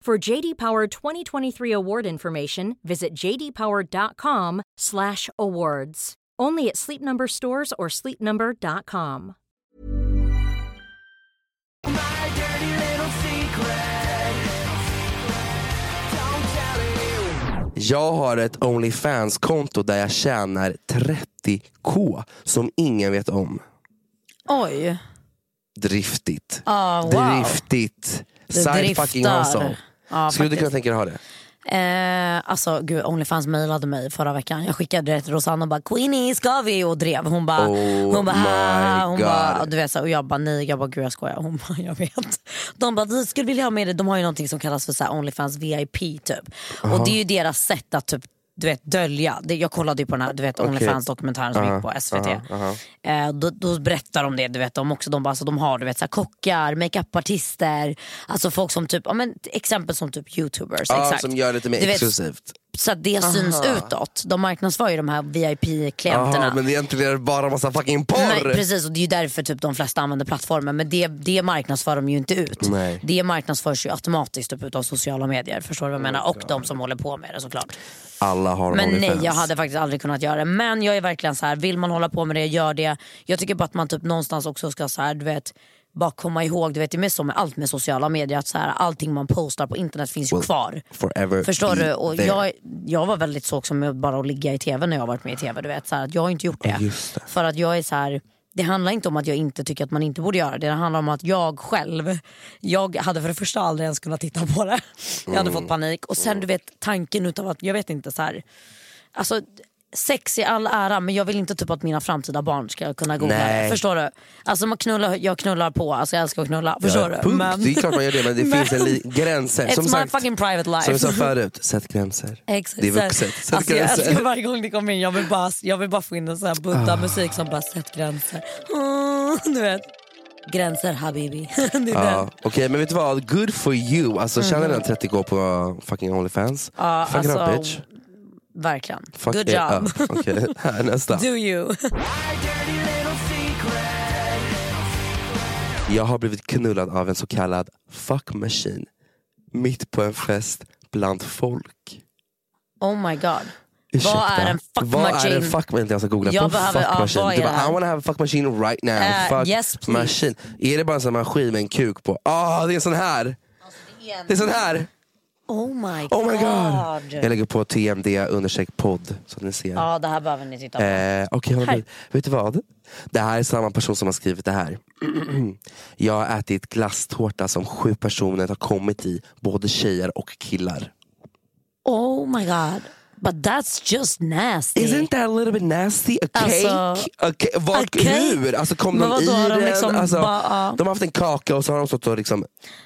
For JD Power 2023 award information, visit jdpower.com/awards. Only at Sleep Number stores or sleepnumber.com. Jag har ett Onlyfans-konto där jag tjänar 30k som ingen vet om. Oj. Driftigt. Ah, wow. Driftigt. Du Side driftar. fucking hustle. Ja, Skulle du kunna faktiskt. tänka dig ha det? Eh, alltså gud, Onlyfans mejlade mig förra veckan. Jag skickade det till Rosanna och bara “Queenie, ska vi?” och drev. Hon bara, Oh hon bara, "Ha." my hon bara God. och, du vet, så, här, och jag bara nej, jag bara gud jag skojar. Hon bara jag vet. De bara du skulle vilja ha med dig, de har ju någonting som kallas för så här, Onlyfans VIP typ. Och det är ju deras sätt att typ du vet dölja. Det- Jag kollade ju på den här du vet, Onlyfans dokumentären som gick på SVT. Eh, då, då berättar de det, du vet de också. De, bara, alltså, de har du vet, så här, kockar, makeupartister, alltså folk som typ, ja, men, exempel som typ youtubers. Ja, exakt. som gör lite mer Du vet, exklusivt. så att det syns utåt. De marknadsför ju de här Jaha, VIP-klienterna. men egentligen är det bara massa fucking Nej, porr. precis, och det är ju därför typ de flesta använder plattformen. Men det, det marknadsför de ju inte ut. Nej. Det marknadsförs ju automatiskt typ utav sociala medier. Förstår du vad jag menar? Och de som håller på med det såklart. Alla har Men Onlyfans. nej, jag hade faktiskt aldrig kunnat göra det. Men jag är verkligen så här, vill man hålla på med det, gör det. Jag tycker bara att man typ någonstans också ska så här, du vet bara komma ihåg, du vet det är mest så med allt med sociala medier, att så här, allting man postar på internet finns ju Well, kvar. forever Förstår be du? Och there. jag, jag var väldigt så också med bara att ligga i tv när jag har varit med i tv. Du vet, så här, att jag har inte gjort det. just det. För att jag är så här, det handlar inte om att jag inte tycker att man inte borde göra det. Det handlar om att jag själv, jag hade för det första aldrig ens kunnat titta på det. Jag hade Mm. fått panik. Och sen du vet tanken utav att, jag vet inte så här. Alltså, sex i all ära men jag vill inte typ att mina framtida barn ska kunna googla Nej. det. Förstår du? Alltså man knullar, jag knullar på, alltså jag älskar att knulla. Förstår Ja, du? punkt. Det är klart man gör det men det finns en li- gränser. It's Som my sagt, fucking private life. Som jag sa förut, sätt gränser. Exakt. Det är vuxet. Sätt Alltså, jag gränser. älskar varje gång det kommer in, jag vill bara, jag vill bara få in en sån här budda musik som bara sätt gränser. Mm, du vet. Gränser habibi. det är Ja, den. Okej men vet du vad, good for you. Alltså tjänar den 30k på fucking Onlyfans. Mhm. Ja, Fuck it alltså, up bitch. Verkligen. Fuck Good it job. up. Okej, här nästa. Do you. Jag har blivit knullad av en så kallad fuck machine. Mitt på en fest bland folk. Oh my god. Ursäkta. Vad är en fuck Vad machine? Är en fuck, vänta, jag ska googla Jag på en behöver- fuck ja, machine. vad är du bara, det? I wanna have a fuck machine right now. Eh, fuck yes, please. machine. Är det bara en sån här maskin med en kuk på? Ah, det är en sån här! Alltså, Det är sån här! Oh my god. Oh my god! Jag lägger på TMD understreck podd så att ni ser. Ja, det här behöver ni titta på. Eh, Okej, okay, Här. vet du vad? Det här är samma person som har skrivit det här. Jag har ätit glasstårta som sju personer har kommit i, både tjejer och killar. Oh my god. But that's just nasty. Isn't that a little bit nasty? A cake? Alltså, a ca- a vad, cake? Hur? Alltså kom Men de i vadå, har de den? liksom alltså, bara, ja. De har haft en kaka och så har de stått och liksom...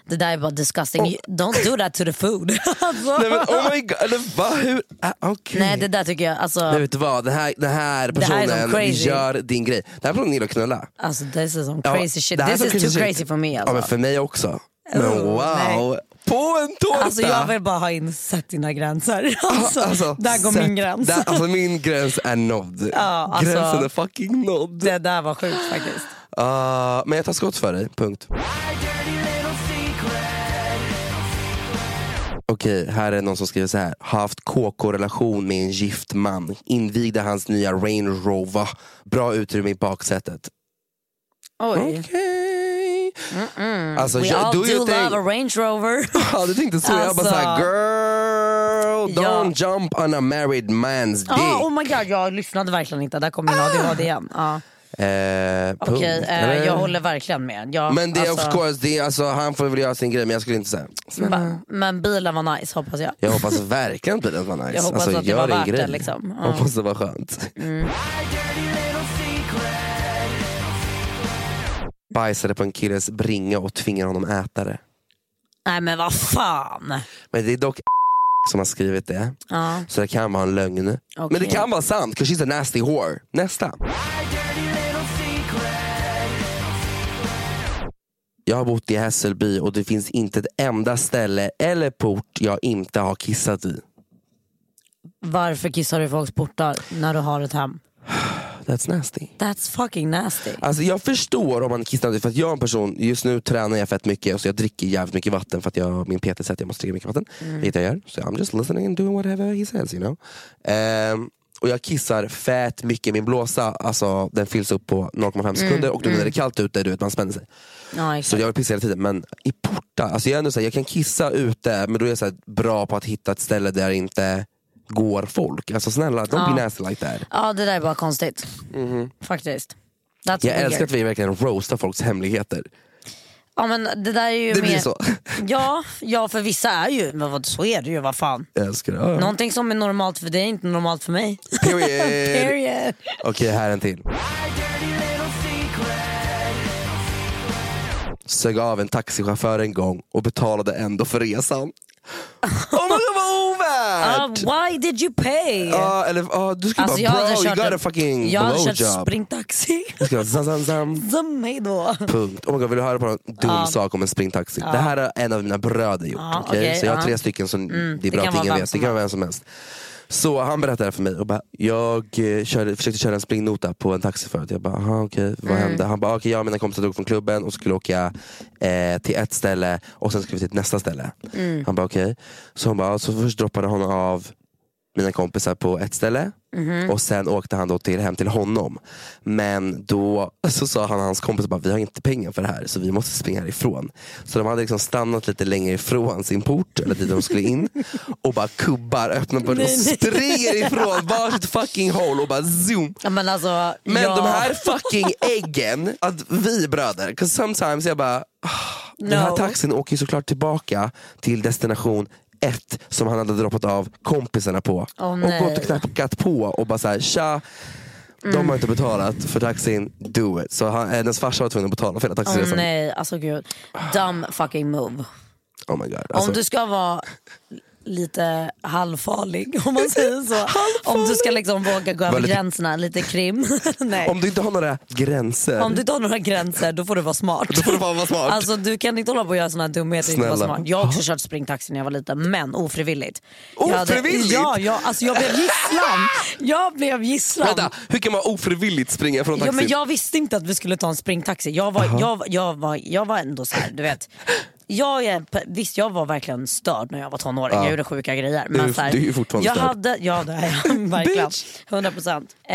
Det där är bara disgusting. You- Don't do that to the food. alltså. Nej men oh my god, eller va? Hur? Ah, okej. Nej, det där tycker jag, alltså, Men vet du vad? Den här, den här Det här är personen som crazy. gör din grej. Den här personen gillar att knulla. alltså this is some Ja, crazy shit. det här This är is så too shit. crazy for me. Alltså. Ja, men för mig också. Men Oh, wow, nej. på en tårta! Alltså jag vill bara ha in sätt dina gränser. Alltså, Alltså, där går sätt- min gräns. Där, alltså min gräns är nådd. alltså- Gränsen är fucking nådd. Det där var sjukt faktiskt. Ah, men jag tar skott för dig, punkt. Okej, här är någon som skriver så här. Har haft KK-relation med en gift man. Invigde hans nya Range Rover. Bra utrymme i baksätet. Oj. Okej. Alltså, We all jag, do, do you love think... a Range Rover. Ja, du tänkte så. jag bara Alltså- såhär, girl, don't jump on a married man's dick. Ja, oh my god, jag lyssnade verkligen inte. Där kom min ADHD igen. Ja. Eh, Ah. punkt. Okej, eh, Eller? jag håller verkligen med. Jag, Men det är alltså, of course, det är, alltså, han får väl göra sin grej men jag skulle inte säga. Snälla. va- Men bilen var nice hoppas jag. Jag hoppas verkligen att den var nice. Jag hoppas alltså, att det gör var din värt det, grej. liksom. Mm. Hoppas det var skönt. Bajsade på en killes bringa och tvingade honom äta det. Nej men vad fan. Men det är dock som har skrivit det. Ja. Så det kan vara en lögn. Men det kan vara sant, 'cause she's a nasty whore. Nästa. Jag har bott i Hässelby och det finns inte ett enda ställe eller port jag inte har kissat i. Varför kissar du i folks portar när du har ett hem? That's nasty. That's fucking nasty. Alltså jag förstår om man kissar för att jag är en person, just nu tränar jag fett mycket och så jag dricker jävligt mycket vatten för att jag, min PT säger att jag måste dricka mycket vatten. Vilket jag gör. Så I'm just listening and doing whatever he says you know. Ehm, och jag kissar fett mycket, min blåsa alltså, den fylls upp på 0,5 sekunder och då när det är kallt ute, du vet man spänner sig. Ja, exakt. Så jag vill pissa hela tiden men i portar, alltså jag, är ändå så här, jag kan kissa ute men då är jag så här, bra på att hitta ett ställe där det inte går folk. Alltså snälla, don't be nasty like that. Ja det där är bara konstigt. Faktiskt. That's Mhm. Jag weird. älskar att vi verkligen roastar folks hemligheter. Ja men det där är ju Det mer... blir så. Ja, ja för vissa är ju, men vad, så är det ju, vad fan. Jag älskar det. Ja. Någonting som är normalt för dig är inte normalt för mig. Period. Period. Okej, här är en till. Sög av en taxichaufför en gång och betalade ändå för resan. Åh men det var Ah, ovärt! why did you pay? Ja, eller ja, du skulle Alltså, jag bara hade bro, you kört got en- a fucking jag hade kört blowjob. springtaxi. Du skulle bara, zam, zam, zam. Som mig då. Punkt. Oh my God, vill du höra på en dum sak om en springtaxi? Det här har en av mina bröder gjort. Ja, okej? okej, så jag har ja. Mm, tre stycken så det är det bra kan att vara ingen vem vet. Det som kan vara vem som helst. Så han berättade för mig, och bara, jag eh, körde, försökte köra en springnota på en taxi förut. Jag bara, aha, okej, vad Mm. hände? Han bara, okej jag och mina kompisar drog från klubben och skulle åka eh, till ett ställe Mm. och sen skulle vi till nästa ställe. Han bara okej. Så hon bara, så först droppade hon av mina kompisar på ett ställe och sen åkte han då till, hem till honom. Men då så sa han och hans kompis bara, vi har inte pengar för det här så vi måste springa härifrån. Så de hade liksom stannat lite längre ifrån sin port, eller dit de skulle in och bara kubbar öppnar porten och springer ifrån varsitt fucking håll och bara zoom. Ja, men alltså, Men ja. de här fucking äggen, att vi bröder, 'cause sometimes jag bara, "Ah, den här No. taxin åker ju såklart tillbaka till destination ett som han hade droppat av kompisarna på. Åh, och nej. gått och knackat på och bara såhär, tja, de har inte betalat för taxin, do it. Så han, hennes farsa var tvungen att betala för hela Åh, taxiresan. nej, alltså gud. Dumb fucking move. Oh my god. Alltså, Om du ska vara lite halvfarlig om man säger så. om du ska liksom våga gå över lite- gränserna, lite krim. Nej. om du inte har några gränser, Om du inte har några gränser då får du vara smart. då får du bara vara smart. Alltså du kan inte hålla på och göra sådana dumheter och inte vara Snälla. smart. Jag har också kört springtaxi när jag var liten men ofrivilligt. Jag Ofrivilligt? ja, ja, alltså jag blev gisslan. Jag blev gisslan. Vänta, hur kan man ofrivilligt springa från Ja, taxin? men jag visste inte att vi skulle ta en springtaxi. Jag var, jag, var- jag var, jag var ändå så här, du vet. Jag är, visst jag var verkligen störd när jag var tonåring, jag gjorde sjuka grejer. Du är- Men så här, du är ju fortfarande jag störd. hade, Ja det är jag verkligen. Bitch. 100 procent. Eh,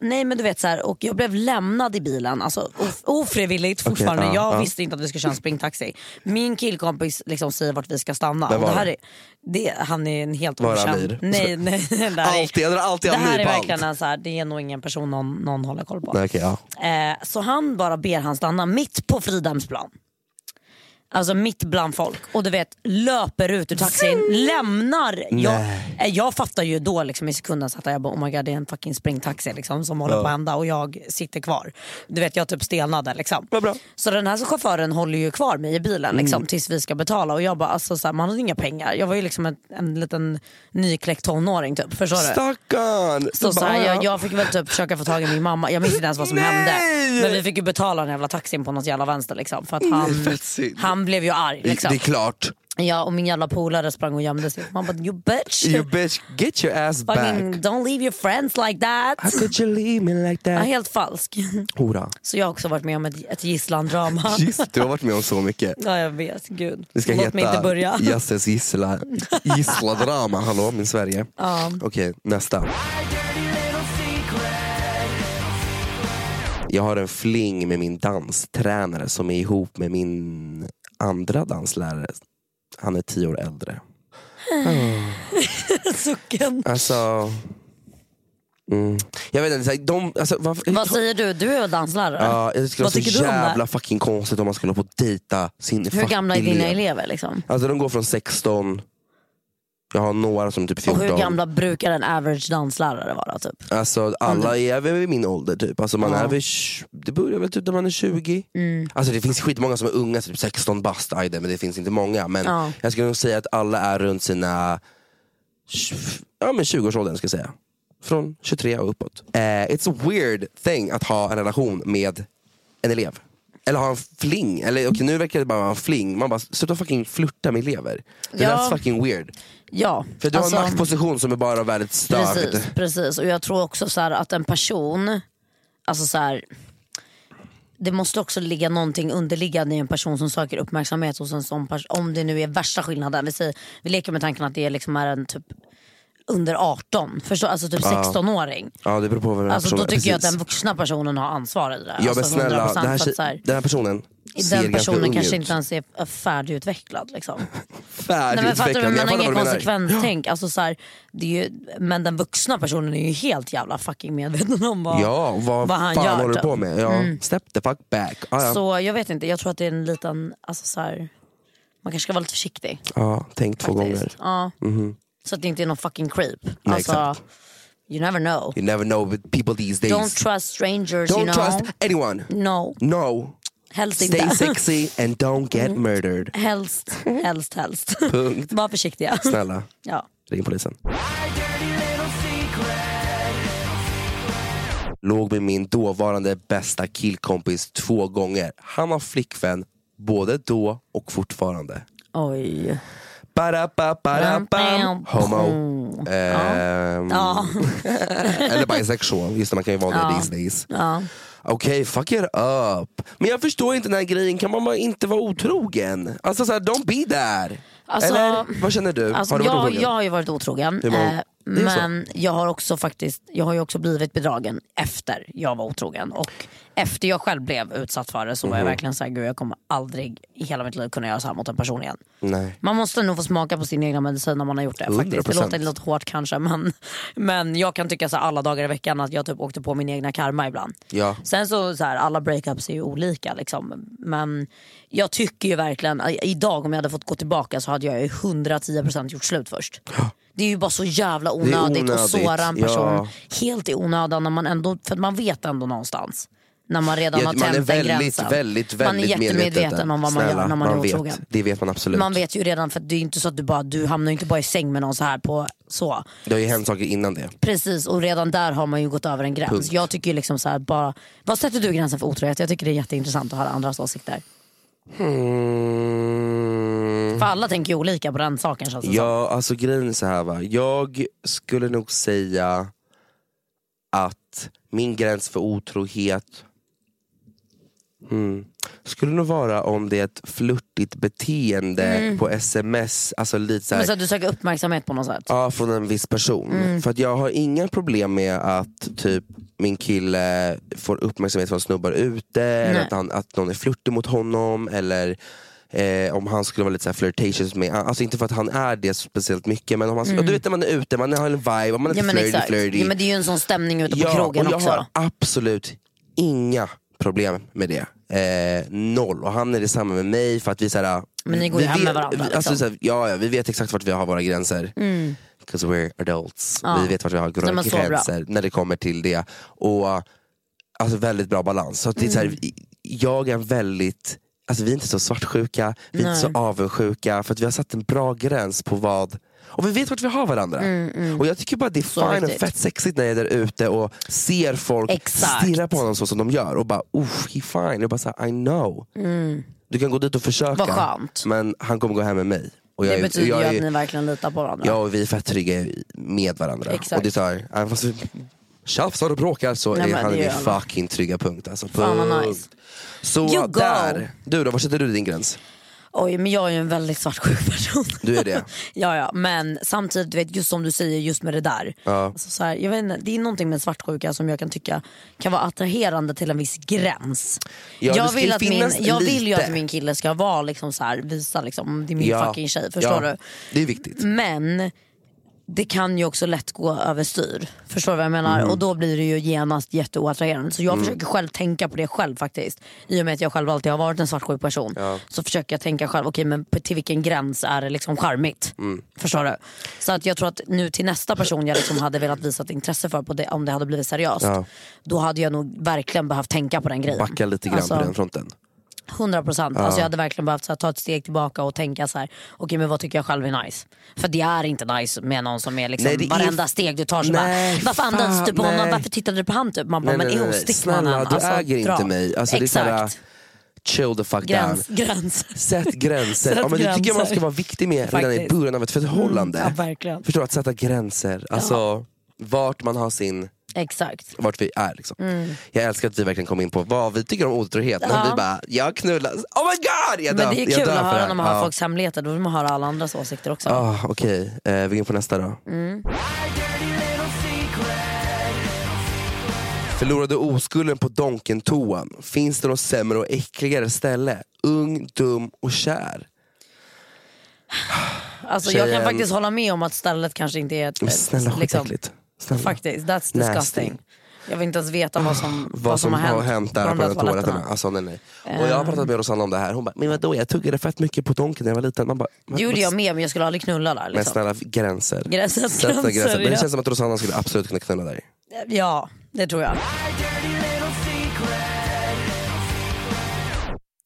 nej men du vet så här, och jag blev lämnad i bilen, alltså of, ofrivilligt fortfarande. ja, jag ja. visste inte att vi skulle köra en springtaxi. Min killkompis liksom säger vart vi ska stanna. Vem Och det var här det? är, det, han är en helt Var det okänd. Amir? Nej, nej, det här är- alltid, jag drar alltid det amni här är på verkligen allt. en så här, det är nog ingen person någon, någon håller koll på. Nej, okej, ja. Eh, så han bara ber han stanna mitt på Fridhemsplan. Alltså mitt bland folk och du vet löper ut ur taxin, lämnar. Jag, eh, jag fattar ju då liksom i sekunden så att jag bara oh my god det är en fucking springtaxi liksom, som håller på att hända och jag sitter kvar. Du vet jag typ stelnade liksom. Så den här chauffören håller ju kvar mig i Mm. bilen liksom, tills vi ska betala och jag bara alltså så här, man hade inga pengar. Jag var ju liksom en, en liten nykläckt tonåring typ. Förstår du? Stackarn! Så, så Bara, här, ja. jag, jag fick väl typ försöka få tag i min mamma, jag minns inte ens vad som Nej! hände. Men vi fick ju betala den jävla taxin på något jävla vänster liksom. För att han, fett synd. han blev ju arg liksom. Det är klart. Ja, och min jävla polare sprang och gömde sig. Man bara you bitch. You bitch, get your ass Fucking back. don't leave your friends like How that. could you leave me like Ah, Ja, that? helt falsk. Hora. Så jag har också varit med om ett, ett gisslandrama. Just, du har varit med om så mycket. Ja jag vet, gud. Det ska Låt mig inte heta börja. Jasses gissla, gissla-drama. Hallå min Sverige. Okej, nästa. Jag har en fling med min danstränare som är ihop med min andra danslärare. Han är tio år äldre. Sucken. Alltså... Mm. Jag vet inte, så här, de, alltså, varför, Vad säger du? Du är väl danslärare? Ja, jag tycker Vad det är tycker så du om det? jävla fucking konstigt om man skulle hålla på och dejta sin Hur fuck gamla är dina elev. elever liksom? Alltså de går från 16, jag har några som är typ Och 14. hur gamla brukar en average danslärare vara typ? Alltså alla Mm. är väl i min ålder typ. Alltså, man är väl, tj- det börjar väl typ när man är 20. Mm. Alltså det finns skitmånga som är unga, så typ 16 bast, aj det, men det finns inte många. Men Ja. jag skulle nog säga att alla är runt sina tj- ja, men 20-årsåldern ska jag säga. Från 23 och uppåt. Eh, it's a weird thing att ha en relation med en elev. Eller ha en fling. Eller okej nu verkar det bara vara en fling. Man bara, sluta fucking flirta med elever. Det Ja. är fucking weird. Ja. För du alltså- har en maktposition som är bara väldigt störd. Precis, precis. Och jag tror också så här att en person, alltså så här, det måste också ligga någonting underliggande i en person som söker uppmärksamhet hos en sån person. Om det nu är värsta skillnaden. Vi, säger, vi leker med tanken att det liksom är en typ under 18, förstå, alltså typ 16-åring. Ja det beror på vad den här Alltså, då personen- tycker jag att precis. den vuxna personen har ansvar i det. Ja alltså, men snälla, 100%, den här, för att så tje- här, den här personen ser den ganska personen ung kanske ut. inte ens är eh, färdigutvecklad. Liksom. Nej, men fattar Färdigutvecklad. du, Jag man har fattar ingen vad du menar. konsekvenstänk. Alltså, så här, det är ju, men den vuxna personen är ju helt jävla fucking medveten om vad, Ja, vad, vad han fan gör. håller du typ. på med? Ja, Step the fuck back. Ah, ja. Så jag vet inte, jag tror att det är en liten, alltså, så här, man kanske ska vara lite försiktig. ja, tänk två gånger. faktiskt. Ja. Så att det inte är någon fucking creep. alltså, Mm-hmm. exakt. you never know. You never know with people these days. Don't trust strangers Don't you know. trust anyone. No, No. helst Stay inte. sexy and don't get Mm. murdered. helst, helst, helst. Punkt. Var försiktiga. Snälla, Ja. ring polisen. Låg med min dåvarande bästa killkompis två gånger. Han har flickvän både då och fortfarande. Oj. Ba-da-ba-ba-da-bam. Homo. Ehm, Ja. Eller bisexual, just det man kan ju vara det these days. Okej, fuck it up. Men jag förstår inte den här grejen, kan man bara inte vara otrogen? Alltså såhär, don't be där. Alltså- Eller vad känner du? Alltså, har du varit jag, otrogen? jag har ju varit otrogen. Hur många- Eh, är så. Men jag har också faktiskt, jag har ju också blivit bedragen efter jag var otrogen. Och efter jag själv blev utsatt för det så Mhm. var jag verkligen såhär, gud jag kommer aldrig i hela mitt liv kunna göra så här mot en person igen. Nej. Man måste nog få smaka på sin egna medicin när man har gjort det. Faktiskt. Det 100%. låter lite hårt kanske men, men jag kan tycka så här, alla dagar i veckan att jag typ åkte på min egna karma ibland. Ja. Sen så, så här, alla breakups är ju olika liksom. Men jag tycker ju verkligen, i- idag om jag hade fått gå tillbaka så hade jag ju 110% gjort slut först. Det är ju bara så jävla onödigt, onödigt, att såra en person ja. helt i onödan när man ändå, för att man vet ändå någonstans. När man redan Ja, har man är tänt den väldigt, gränsen. väldigt, väldigt man är jättemedveten medveten. om vad man Snälla, gör när man, är vet. otrogen. Det vet man absolut. Man vet ju redan för att det är ju inte så att du bara, du hamnar ju inte bara i säng med någon så här på så. Det har ju hänt saker innan det. Precis och redan där har man ju gått över en gräns. Punkt. Jag tycker ju liksom så här bara, vad sätter du gränsen för otrohet? Jag tycker det är jätteintressant att höra andras åsikter. Mm. För alla tänker ju olika på den saken känns det som. Ja, alltså grejen är så här va. Jag skulle nog säga att min gräns för otrohet mm, skulle nog vara om det är ett flörtigt beteende på sms. Alltså lite Mm. så här, Men så att du söker uppmärksamhet på något sätt. Ja, från en viss person. Mm. För att jag har inga problem med att typ min kille får uppmärksamhet från snubbar ute, eller att, han, att någon är flörtig mot honom, eller eh, om han skulle vara lite så här flirtatious med, alltså inte för att han är det speciellt mycket, men om han, du vet när man är ute, man har en vibe, och man är Mm. Ja lite men flirty, exakt. flirty. Ja, men det är ju en sån stämning ute på krogen och jag också. har absolut inga problem med det. Eh, noll. Och han är detsamma med mig för att vi såhär... Men ni går vi ju hem med vet- varandra, vi- Alltså, liksom. Mm. såhär, ja, ja, vi vet exakt vart vi har våra gränser. Because we're adults. Vi vet vart vi har Nej, men så bra. gränser när det kommer till det. Och alltså, väldigt bra balans. Så att det är så Mm. här, jag är en väldigt, alltså, vi är inte så svartsjuka, vi är inte så avundsjuka för att vi har satt en bra gräns på vad och vi vet vart vi har varandra. Och jag tycker bara det är Mm, Så fine och viktigt. fett sexigt när jag är där ute och ser folk Exakt. stirra på honom så som de gör och bara uff, he fine. Jag bara så här, I know. Du kan gå dit och försöka Mm. Vad skönt. men han kommer gå hem med mig. Och jag Det är- betyder jag ju är- att ni verkligen litar på varandra. Ja och vi är fett trygga i- med varandra. Exakt. Och det är så här, även fast vi tjafsar och bråkar så Nej, är men han det min gör alla. fucking trygga punkt. Alltså, punkt. Fan, vad nice. Så You go. där. Du då, var sätter du din gräns? Oj men jag är ju en väldigt svartsjuk person. Du är det. ja ja men samtidigt du vet just som du säger just med det där. Alltså, så här, jag vet inte, det är någonting med svartsjuka som jag kan tycka kan vara attraherande till en viss gräns. Ja, det jag ska vill, ju att min, finnas jag vill ju lite. att min kille ska vara liksom så här, visa liksom, det är min fucking tjej, förstår ja. du? Det är viktigt. Men det kan ju också lätt gå överstyr. Förstår du vad jag menar? Mm. Och då blir det ju genast jätteoattraherande. Så jag försöker själv tänka på det själv faktiskt. I och med att jag själv alltid har varit en svartsjuk person. Så försöker jag tänka själv, okej men på- till vilken gräns är det liksom charmigt? Mm. Förstår du? Så att jag tror att nu till nästa person jag liksom hade velat visa ett intresse för på det, om det hade blivit seriöst. Ja. Då hade jag nog verkligen behövt tänka på den grejen. Alltså, Backa lite grann på den fronten. 100 procent. Alltså jag hade verkligen behövt så här, ta ett steg tillbaka och tänka så här, okej men vad tycker jag själv är nice? För det är inte nice med någon som är liksom Nej, det är- varenda steg du tar så Nej, bara, varför andades fan, du på honom? nej. Varför tittade du på han typ? Man bara, men jo stick Snälla, mannen. du äger inte mig. Alltså, det är så Exakt. här, chill the fuck down. Gräns, gräns. Sätt gränser. Sätt ja, men det tycker jag man gränser. ska vara viktig med redan i Faktiskt. början av ett förhållande. Mm, ja, verkligen. Förstår du? Att sätta gränser. Alltså vart man har sin, Exakt. vart vi är liksom. Mm. Jag älskar att vi verkligen kom in på vad vi tycker om otrohet. Men vi bara, jag knullar, oh my god! Jag dör, Men det är jag kul dör att för det höra här. när man hör Ja. folks hemligheter, då vill man höra alla andras åsikter också. Ah, Okej, eh, vi går in på nästa då. Mm. Förlorade oskulden på Donken-toan. Finns det något sämre och äckligare ställe? Ung, dum och kär. alltså, jag kan tjejen- faktiskt hålla med om att stället kanske inte är ett... Men Snälla ett- skitäckligt. Snälla. Faktiskt, that's Nasty. disgusting. Jag vill inte ens veta vad som, Vad, som, har hänt där på de där den toaletten. toaletterna. Eh. Alltså, nej, nej. Och jag har pratat med Rosanna om det här. Hon bara, men vadå jag tuggade fett mycket på Donken när jag var liten. Man bara, men, Det gjorde jag men med men jag skulle aldrig knulla där. Liksom. snälla gränser. Gränser, Sätta gränser, Men det ja. känns som att Rosanna skulle absolut kunna knulla dig. Ja, det tror jag.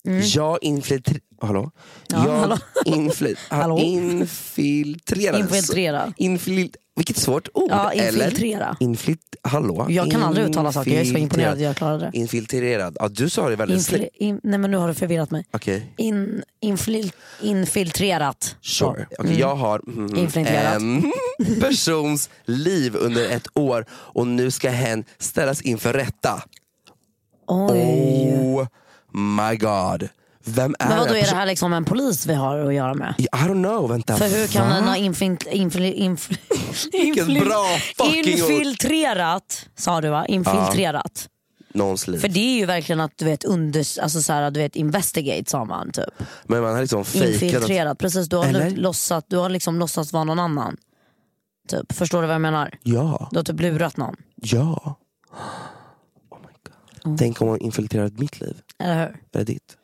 Alltså, Jag infiltrerar... Hallå? jag Mm. hallå. Infil... Hallå? infiltrerades. Infiltrera. Infil... Vilket svårt ord. Ja, Eller? infiltrera. Inflit... Hallå? Jag kan aldrig uttala saker, jag är så Infiltrerad. imponerad att jag klarade det. Infiltrerad. Ja, du sa det väldigt Infil- snyggt. in, nej men nu har du förvirrat mig. Okej, In, infil, infiltrerat. sure. Okej, Jag har mm, Infiltrerat. en persons liv under ett år och nu ska hen Oh. ställas inför rätta. Oj. Oh my god. Vem är Men vadå, den är det person- här liksom en polis vi har att göra med? I don't know, vänta. För hur kan Va? den ha infint, infli, infli, Vilket infli- bra fucking ord. infiltrerat, sa du va? Infiltrerat. Någons liv. För det är ju verkligen att du vet, under, alltså så här, du vet investigate sa man typ. Men man har liksom fejkat att... Infiltrerat, precis. Du har, Eller? låtsat, du har liksom låtsats vara någon annan. Typ. Förstår du vad jag menar? Ja, Du har typ lurat någon. ja. Oh my god. Mm. Tänk om hon infiltrerat mitt liv. Eller hur? Eller ditt.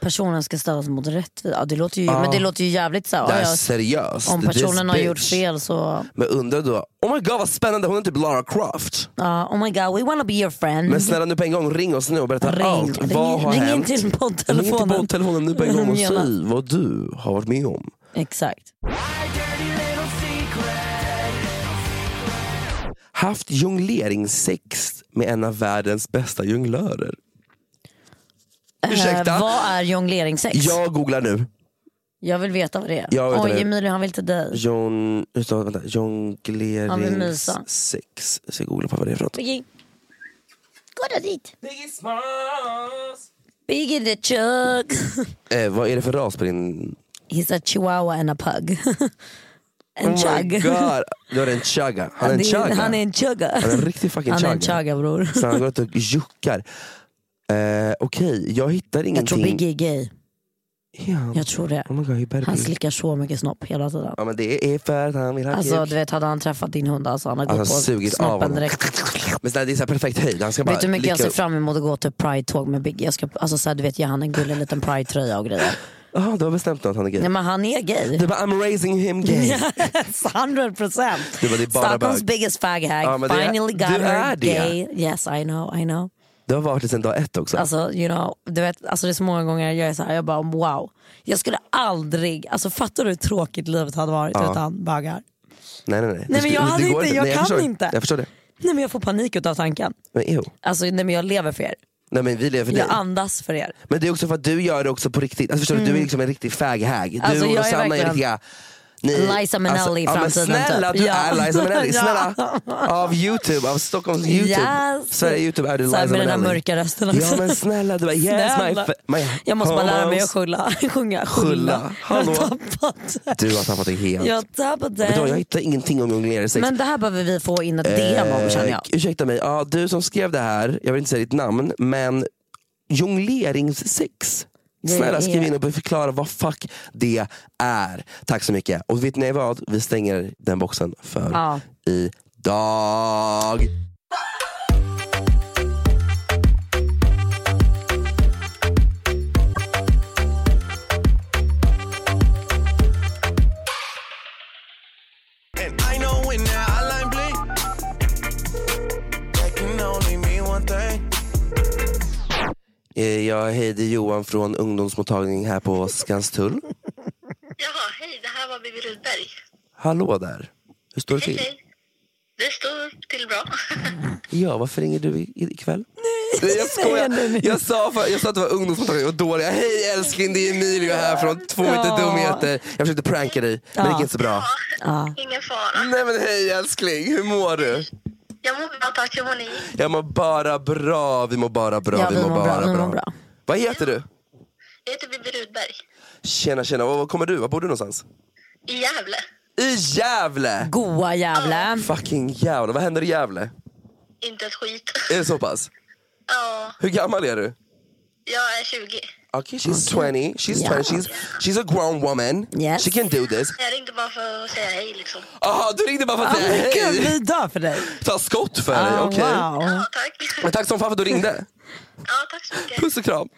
Personen ska ställas mot rättvisa. Ja, det, låter ju, men det låter ju jävligt så här, Det ja, här är ja, seriöst. Om This personen har bitch. gjort fel så, Men undrar då, oh my god vad spännande, hon är typ Lara Croft. ja, oh my god we wanna be your friend. Men snälla nu på en gång, ring oss nu och berätta Mhm. Ring. allt. Ring- vad har ring in hänt? till poddtelefonen. Ring in till poddtelefonen nu på en gång och Gärna. säg vad du har varit med om. Exakt. Haft jongleringssex med en av världens bästa jonglörer. Ursäkta? Eh, vad är jongleringssex? Jag googlar nu. Jag vill veta vad det är. Jag vet vad det Oj är. Emilio han vill till dig. Jon, utan, vänta, Han vill mysa. jongleringssex. Jag ska googla på vad det är för något. Biggie. Gå då dit. Biggie the chug. Eh, vad är det för ras på din... He's a chihuahua and a pug. en Oh my chug. god. Du har en chugga. Han är en Det chugga. han är en chugga. Han är en riktig fucking Han är en chugga. chugga bror. Så han går ut och juckar. Eh, Okej, jag hittar Jag ingenting. tror Biggie är gay. Är han? Jag tror det. Oh my god, you better Han be. slickar så mycket snopp hela tiden. Ja men det är för att han vill ha Alltså kuk. du vet hade han träffat din hund alltså han hade Alltså, gått på sugit av snoppen honom. direkt. Men sådär, det är så här perfekt höjd. Han ska bara Vet du hur mycket jag lycka ser upp. fram emot att gå till Pride-tåg med Biggie? Jag ska, alltså, så här, du vet, ge han en gullig liten Pride-tröja och grejer. Jaha, Ah, du har bestämt att han är gay. Nej men han är gay. Du bara, I'm raising him gay. 100 procent. Du bara, det är bara Stockholms bög. biggest fag hag. Ja, men det är- Finally got du her är det. gay. Yes I know, I know. Du har varit det sedan dag ett också. Alltså, you know, du vet, alltså det är så många gånger jag är så här, jag bara wow. Jag skulle aldrig, alltså fattar du hur tråkigt livet hade varit utan bögar? nej nej nej. Du men skulle- jag det hade går inte, jag Nej, kan förstår. inte. Jag förstår det. Nej men jag får panik utav tanken. Men ew. Alltså nej men jag lever för er. Nej men vi lever för Jag dig. andas för er. Men det är också för att du gör det också på riktigt. Alltså, förstår du, du är liksom en riktig fag-hag. Du Mm. Alltså, och jag är Rosanna är verkligen- riktiga... Ni, alltså, Liza Minnelli i ja, men framtiden, typ. snälla, du Ja. är Liza Minnelli. Ja. Snälla, av Youtube, av Stockholms Youtube. Yes. Sverige Youtube är du Så här, Liza med den Minnelli. där mörka rösten Ja också. men snälla, du bara, yes Snälla. my, my Jag måste bara lära mig att homos. skylla, sjunga. Skylla. Skylla. Jag har Hallå. tappat det. Du har tappat det helt. Jag har tappat Vet du vad, jag det. hittar ingenting om jonglering sex. Eh, Men det här behöver vi få in ett DM om känner jag. Ursäkta mig, ja, du som skrev det här, jag vill inte säga ditt namn, men jongleringssex. Snälla är- skriv in och förklara vad fuck det är. Tack så mycket. Och vet ni vad? Vi stänger den boxen för Ja. idag. And I know when that hotline bling, that can only mean one thing. Eh, Jag heter Johan från ungdomsmottagning här på Skanstull. Jaha, hej, det här var Bibi Rudberg. Hallå där. Hur står det Hej, till? hej. Det står till bra. Ja, varför ringer du i- ikväll? Nej, jag skojar. Jag sa, för, jag sa att det var ungdomsmottagning och dåliga. Hej älskling, det är Emilio här från två inte dumheter. Jag försökte pranka dig, men det gick inte så bra. Ingen fara. Nej men hej älskling, hur mår du? Jag mår bra, tack. Hur mår ni? Jag mår bara bra, vi mår bara bra, Ja, vi mår bara vi bra. mår bra. Vad heter du? Jag heter Bibi Rudberg. Tjena tjena, var var kommer du? Var bor du någonstans? I Gävle. I Gävle! Goa Ah, jävla. Fucking Gävle, vad händer i Gävle? Inte ett skit. Är det så pass? Ja, Hur gammal är du? jag är 20. Okay, she's 20, she's Ja. 20, she's, she's a grown woman. Yes. She can do this. Jag ringde bara för att säga hej, liksom. Jaha, du ringde bara för att säga Men Gud hej. vi dör för dig. Ta skott för dig, Ah, okej. Wow. Ja, tack. Men tack som fan för att du ringde. Ja, tack så mycket. Puss och kram.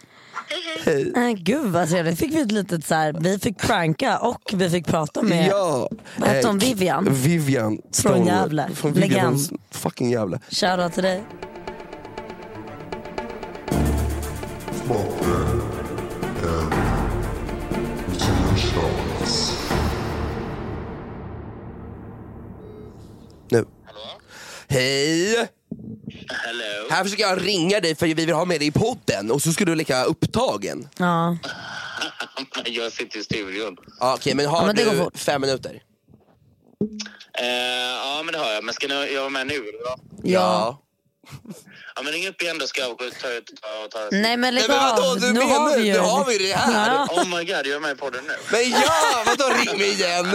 Hej, hej. Eh, Gud vad trevligt. Fick vi ett litet så här, vi fick pranka och vi fick prata med Ja. Vad hette hon? Eh, Vivian? Vivian. Stone. Gävle. Från Vivian. Legend. Från fucking Gävle. Shoutout till dig. Nu. Hej! Hello. Här försöker jag ringa dig för vi vill ha med dig i podden och så ska du lika upptagen. Ja, Ja. Jag sitter i studion. Ah, Okej, men har Ja, men det går du fort. fem minuter? Eh, ja, men det har jag. Men ska ni, jag vara med nu? eller vad? Ja. Ja, men ring upp igen då ska jag gå ut och ta ut och ta... Nej men lägg Nej, men vadå, av. du Nu menar har vi vi ju. nu har vi det här. Ja. Oh my god, jag är med i podden nu. Men ja, vadå ring mig igen?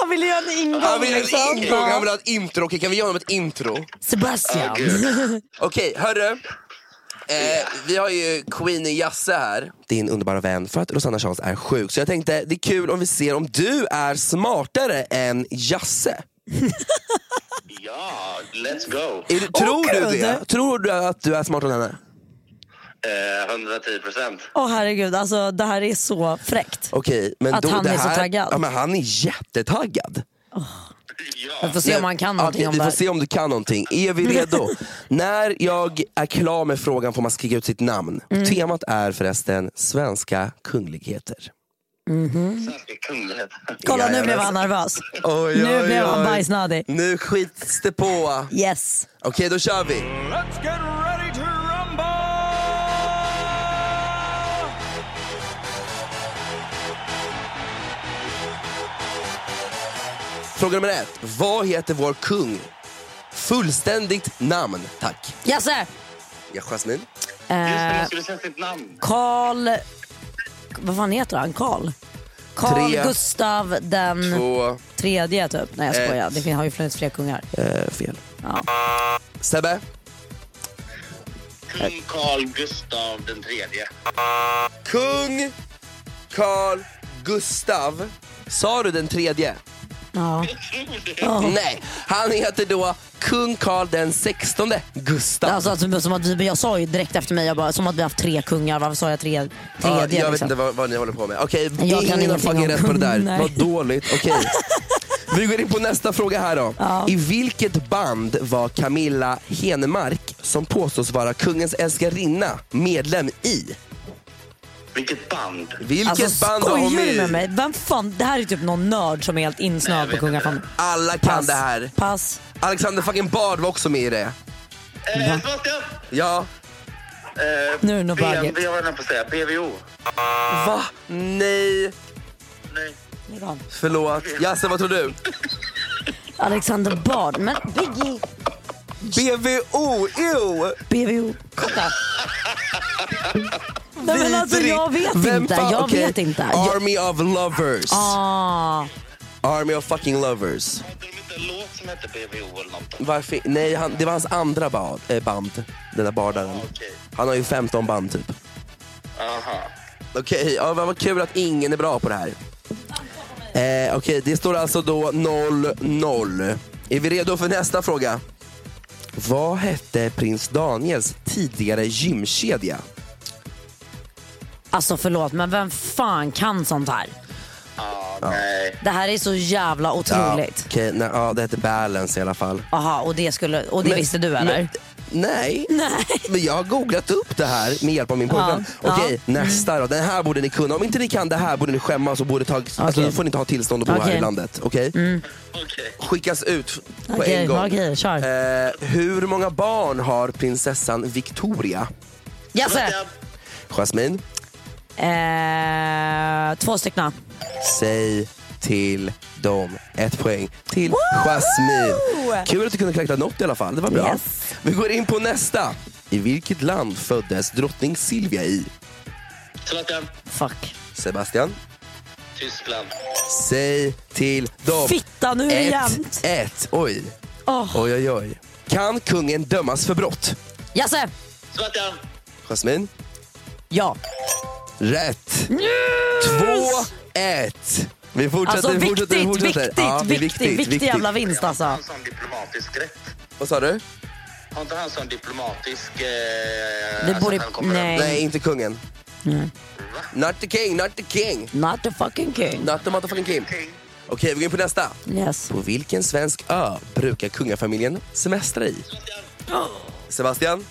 Han ville göra en ingång Han vill ha liksom. en intro, han vill ha ett intro. Okej, kan vi göra honom ett intro? Sebastian. Okej, hörru. Eh, vi har ju Queenie Jasse här, din underbara vän, för att Rosanna Charles är sjuk. Så jag tänkte det är kul om vi ser om du är smartare än Jasse. Ja, let's go. Är, du- tror kul. du det? Tror du att du är smartare än henne? Eh, 110 procent. Åh herregud, alltså det här är så fräckt. Okej, men Att då, han det är så här, taggad. Ja, men han är jättetaggad. Ja. Jag får se om han kan Ja, någonting okej, om det Vi här. får se om du kan någonting. Är vi redo? När jag är klar med frågan får man skriva ut sitt namn. Mm. Temat är förresten svenska kungligheter. Svenska kunglighet. Kolla nu Jajamän. blev han nervös. Oj, Nu oj, blev han oj. bajsnödig. Nu skits det på. Yes. Okej, då kör vi. Let's get ready to rumble! Fråga nummer ett. Vad heter vår kung? Fullständigt namn, tack. Jasse! Eh, Ja, Jasmine. Just det, jag skulle säga sitt namn. Karl... Vad fan heter han? Karl? Tre. Karl Gustav den Två. tredje typ. Nej jag Eh. skojar, det fin- har ju funnits fler kungar. Eh, fel. Ja. Sebbe. Kung Carl Gustav den tredje. Kung Carl Gustav. Sa du den tredje? Ja. Nej, han heter då kung Carl den sextonde Gustav. Alltså att- som att, vi- jag sa ju direkt efter mig, jag bara, som att vi har haft tre kungar, varför sa jag tre, Ja, tredje? jag vet liksom? inte vad, vad ni håller på med. Okej, kan ingen har ingenting fucking om rätt på det där. Nej. Vad dåligt. Okej. Vi går in på nästa fråga här då. I vilket band var Camilla Henemark, som påstås vara kungens älskarinna, medlem i? Vilket band? Vilket Alltså band var hon skojar med du med i? mig? Vem fan, det här är typ någon nörd som är helt insnöad på kungafamiljen. Alla kan det här. Pass. Alexander fucking Bard var också med i det. Eh, Sebastian! Ja. Eh, Nu är det nog B- bagget. B- vad är det på att säga? BVO? Va? Nej. Nej. Lägg av. Förlåt. Jasse, vad tror du? Alexander Bard, men Biggie, BVO, ew! BVO, kolla. Nej men alltså jag vet Vem inte, fan- jag okej. vet inte. Jag, Army of lovers. ah, Army of fucking lovers. Hade de inte en låt som hette BVO eller något? Varför? Nej, han, det var hans andra band, eh, band den där bardaren. Okej. Han har ju 15 band typ. Aha. Okej, ja, vad vad kul att ingen är bra på det här. Eh, Okej, det står alltså då 0-0. Är vi redo för nästa fråga? Vad hette prins Daniels tidigare gymkedja? alltså förlåt men vem fan kan sånt här? Ja, nej. Det här är så jävla otroligt. Ah, Okej, nej, ja, det hette Balance i alla fall. Aha, och det, skulle, och det Men- visste du eller? men- nej. Men jag har googlat upp det här med hjälp av min pojkvän. Ja. Okej, nästa då. Den här borde ni kunna. Om inte ni kan det här borde ni skämmas och borde ta, alltså, Okej. då får ni inte ha tillstånd att bo här Okej. Mm. i landet. Okej? Okej. Skickas ut på Okej, en gång. okej, kör. Eh, hur många barn har prinsessan Victoria? Jasse! Sebastian. Jasmine, Eh, två stycken. säg till dem ett poäng till Jasmine. Kul att du kunde kläcka något i alla fall. Det var bra. Yes. Vi går in på nästa. I vilket land föddes drottning Silvia i? Sebastian. Fuck. Sebastian, Tyskland. säg till dem. Fitta, nu är det jämnt. ett, ett. Oj. Åh. oj, oj, oj. Kan kungen dömas för brott? Jasse! Sebastian. Jasmine, Ja. rätt. Två, ett. Vi fortsätter, Alltså vi viktigt, fortsätter, viktigt, vi fortsätter. viktigt, Ja, det är viktig, viktig jävla vinst Har alltså. han sån diplomatisk rätt? Vad sa du? Har inte han sån diplomatisk... Eh, Det alltså borde- att han kommer- nej. Nej, inte kungen. Not the king, not the king. Not the fucking king. Not the motherfucking king. Okej, vi går in på nästa. Yes. På vilken svensk ö brukar kungafamiljen semestra i? Sebastian. Sebastian,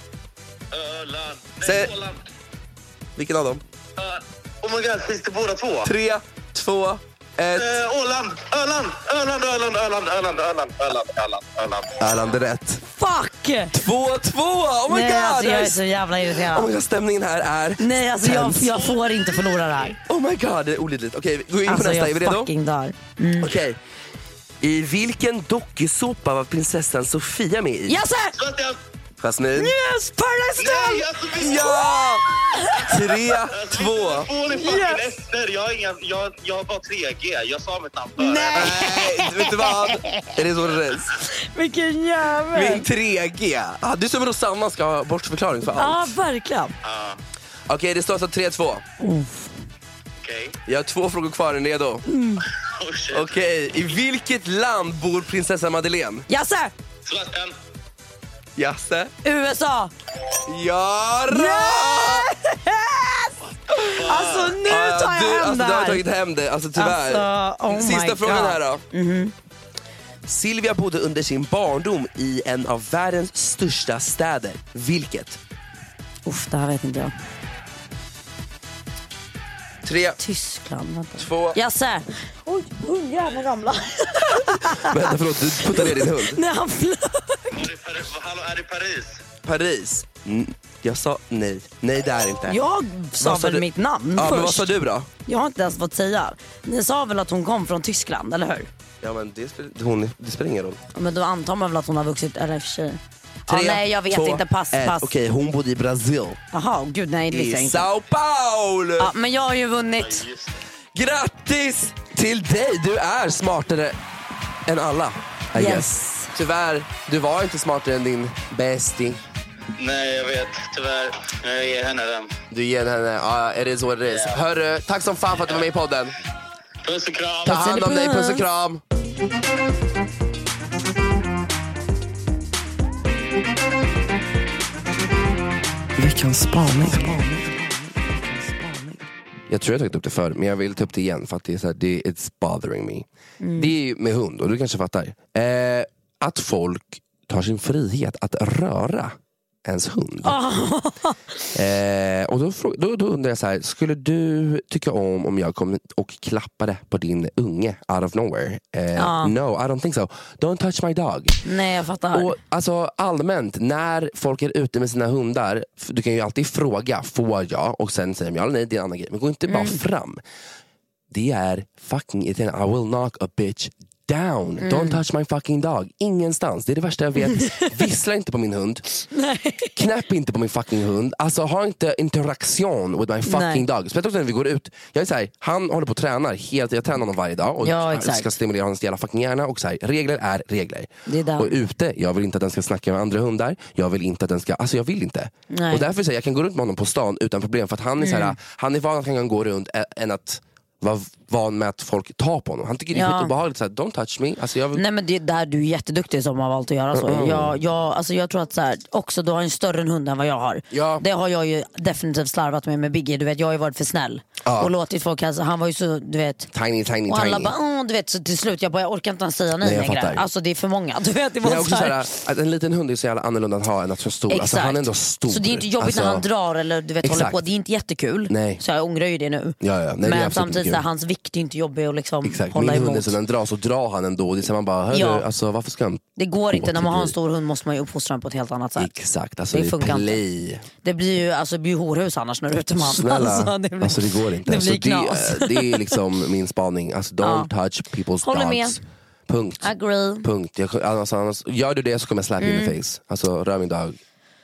Öland. Säg- Nej, Åland. vilken av dem? Ö- Oh my god, finns det båda två? Tre, två, ett. Eh, Åland, Öland, Öland, Öland, Öland, Öland, Öland, Öland, Öland, Öland. Erland är rätt. Fuck! 2-2! Oh my Nej, god! alltså, jag är så oh jävla irriterad. my god, stämningen här är... Nej, alltså jag, tense. jag får inte förlora det här. Oh my god, det är olidligt. Okej, vi går in Alltså på nästa. Är vi jag redo? fucking dör. Okej. I vilken dokusåpa var prinsessan Sofia med i? Jasse! Sebastian, Jasmine? Yes, Nej, Paradise alltså, vi- Ja! Tre, alltså, två. Två ni fucking Yes. efter. Jag, har inga, jag, jag var 3G. Jag sa mitt namn före. Nej, Nej, vet du vad? Är det så det är? vilken jävel! Min 3G. Ah, du som Rosanna ska ha bortförklaring för allt. Ja, verkligen. Okej, det står alltså 3-2. Okej. Jag har två frågor kvar, är ni redo? Oh, shit. Okej, i vilket land bor prinsessa Madeleine? Jasse, Zlatan. Jasse? USA! Ja! då! Alltså nu Ah, tar du, jag hem alltså, det Du har här. tagit hem det, alltså tyvärr. Alltså, oh my Sista frågan God. Mm-hmm. här då. Silvia bodde under sin barndom i en av världens största städer. Vilket? Uff, det här vet inte jag. Tre, Tyskland, vänta. två... Jasse! Oj, hundjäveln ramlade. Vänta, förlåt. Du puttade ner din hund. När han flög. Var det Paris? Hallå, är det Paris? Paris. Mm, jag sa nej. Nej, det är inte. Jag sa Vad sa väl du? mitt namn Ja, först. men vad sa du då? Jag har inte ens fått säga. Ni sa väl att hon kom från Tyskland, eller hur? Ja, men det, spel, hon, det spelar ingen roll. Ja, Men då antar man väl att hon har vuxit, eller i och för sig. Ja, Tre, nej jag vet två, inte, pass, ett. pass. Okej, hon bodde i Brasil. Jaha, gud nej det visste jag I inte. Sao Paulo! Ja, men jag har ju vunnit. Grattis till dig! Du är smartare än alla. I Yes. guess. Tyvärr, du var inte smartare än din bästing. Nej, jag vet. Tyvärr. Jag ger henne den. Du ger henne, ja, är det så det är? Hörru, tack som fan för att du var med i podden. Puss och kram. Ta hand om dig, puss och puss. kram. Veckans spaning. Jag tror jag tagit upp det förr, men jag vill ta upp det igen för att det är så här, det, it's bothering me. Det är ju med hund, och du kanske fattar. Eh, att folk tar sin frihet att röra ens hund. Eh, och då, frå- då, då undrar jag så här, skulle du tycka om om jag kom och klappade på din unge out of nowhere? Eh, No, I don't think so. Don't touch my dog. Nej jag fattar. Och, alltså, allmänt, när folk är ute med sina hundar, f- du kan ju alltid fråga, får jag? Och sen säger de ja eller nej, det är en annan grej. Men gå inte Mm. bara fram. Det är fucking irriterande. I will knock a bitch down. Mm. Don't touch my fucking dog. Ingenstans. Det är det värsta jag vet. Vissla inte på min hund. Knäpp inte på min fucking hund. Alltså ha inte interaktion with my fucking Nej. dog. Speciellt också när vi går ut. Jag är så här, han håller på och tränar. Helt, jag tränar honom varje dag och Ja, exakt. ska stimulera hans jävla fucking hjärna. Och så här, regler är regler. Det är där. Och ute, jag vill inte att den ska snacka med andra hundar. Jag vill inte att den ska, alltså jag vill inte. Nej. Mm. Och därför säger jag, jag kan gå runt med honom på stan utan problem. För att han är, så här, han är van att han kan gå runt ä- än att vara van med att folk tar på honom. Han tycker det är Ja. skitobehagligt. Så här, Don't touch me. Alltså jag vill... Nej men det är där du är jätteduktig som har valt att göra så. Jag, jag, alltså jag tror att så här, också du har en större hund än vad jag har. Ja. Det har jag ju definitivt slarvat med med Biggie. Du vet jag har ju varit för snäll. Och låtit folk, alltså, han var ju så, du vet. Tiny, tiny, Och alla tiny. bara, "Åh", du vet, så till slut jag bara, jag orkar inte ens säga Nej, nej jag längre. fattar. Alltså det är för många. Du vet, det var Men jag är så också så här. här, att en liten hund är så jävla annorlunda att ha än att så stor. Alltså, han är ändå stor. Så det är inte jobbigt alltså, när han drar eller du vet, håller Exakt. på. Det är inte jättekul. Nej. Så jag ångrar ju det nu. Ja, ja. Nej, det är absolut Men inte samtidigt, kul. så här, hans vikt är inte jobbig att liksom Exakt. Min hålla hund är emot. så den drar så drar han ändå. Det är så man bara, hörru, Ja. alltså, varför ska han? Det går inte. När man har en Återgrej. stor hund måste man ju uppfostra den på ett helt annat sätt. Exakt, alltså Det det är funkar inte. play. Det blir ju alltså, det blir ju horhus annars när du är ute med honom. Snälla, Alltså, det blir, alltså det går inte. Det alltså, blir knas. det, det är liksom min spaning. Alltså, don't touch people's Håller dogs. med. Punkt. Agree. Punkt. Jag, annars, annars, gör du det så kommer jag slap you in the face. Alltså rör min dog.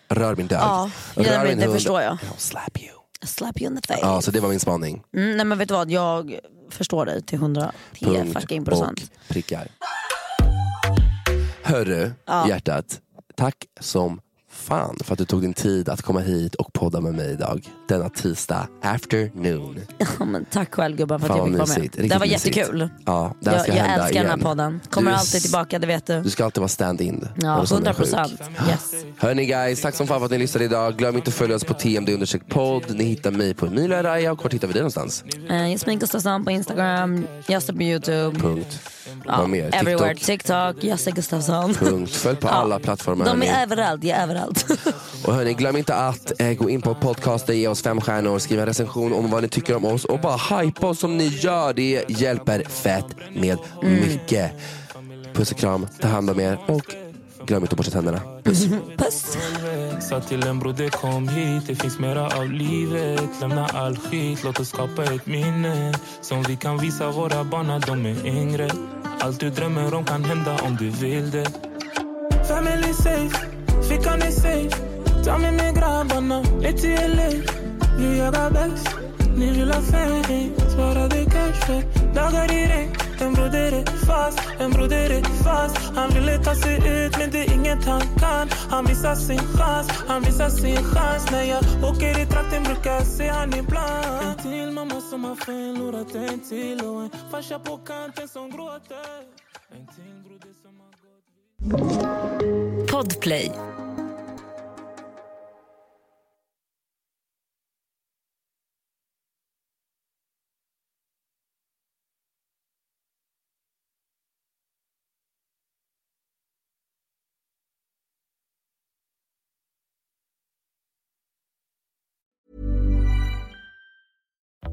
Rör min dog. Mm. Ja, rör nej, men min det hund. förstår jag. I'll slap you. Slap you in the face. Ja, så det var min spaning. Mm, nej men vet du vad, jag förstår dig till 100 Punkt fucking och procent. prickar. Hörru, hjärtat. Tack som fan för att du tog din tid att komma hit och podda med mig idag. Denna tisdag afternoon. Ja, men tack själv gubben för att Fan, jag fick vara mysigt. med. Det Riktigt var mysigt. jättekul. Ja, det här Jag, ska jag hända älskar igen. den här podden. Kommer Du är alltid s- tillbaka, det vet du. Du ska alltid vara stand-in. när Ja, du sen är 100 sjuk. procent. Yes. Hörni guys, tack som fan för att ni lyssnade idag. Glöm inte att följa oss på TMD undersök podd. Ni hittar mig på Emilia Araya och vart hittar vi dig någonstans? Eh, Jasmin Gustafsson på Instagram, Jasse på YouTube. Punkt. Ja, Vad mer? everywhere. TikTok. TikTok, Jasse Gustafsson. Punkt. Följ på alla plattformar. De hörni. är överallt, jag är överallt. Och hörni, glöm inte att eh, gå in på podcasten, ge oss fem stjärnor, skriva en recension om vad ni tycker om oss och bara hypa oss som ni gör. Det hjälper fett med mycket. Puss och kram, ta hand om er och glöm inte att borsta tänderna. Puss! Sa till en broder kom hit, det finns mera av livet Lämna all skit, låt oss skapa ett minne Som vi kan visa våra barn när de är yngre Allt du drömmer om kan hända om du vill det Family safe Fickan är safe. Ta mig med grabbarna ner till LA. Vi jagar bags. Ni vill ha fame. Sparade cash för dagar i regn. En broder är fast, en broder är fast. Han ville ta sig ut men det är inget han kan. Han missar sin chans, han missar sin chans. När jag åker i trakten brukar jag se han ibland. En till mamma som har förlorat en till och en farsa på kanten som gråter. En till broder som har Podplay.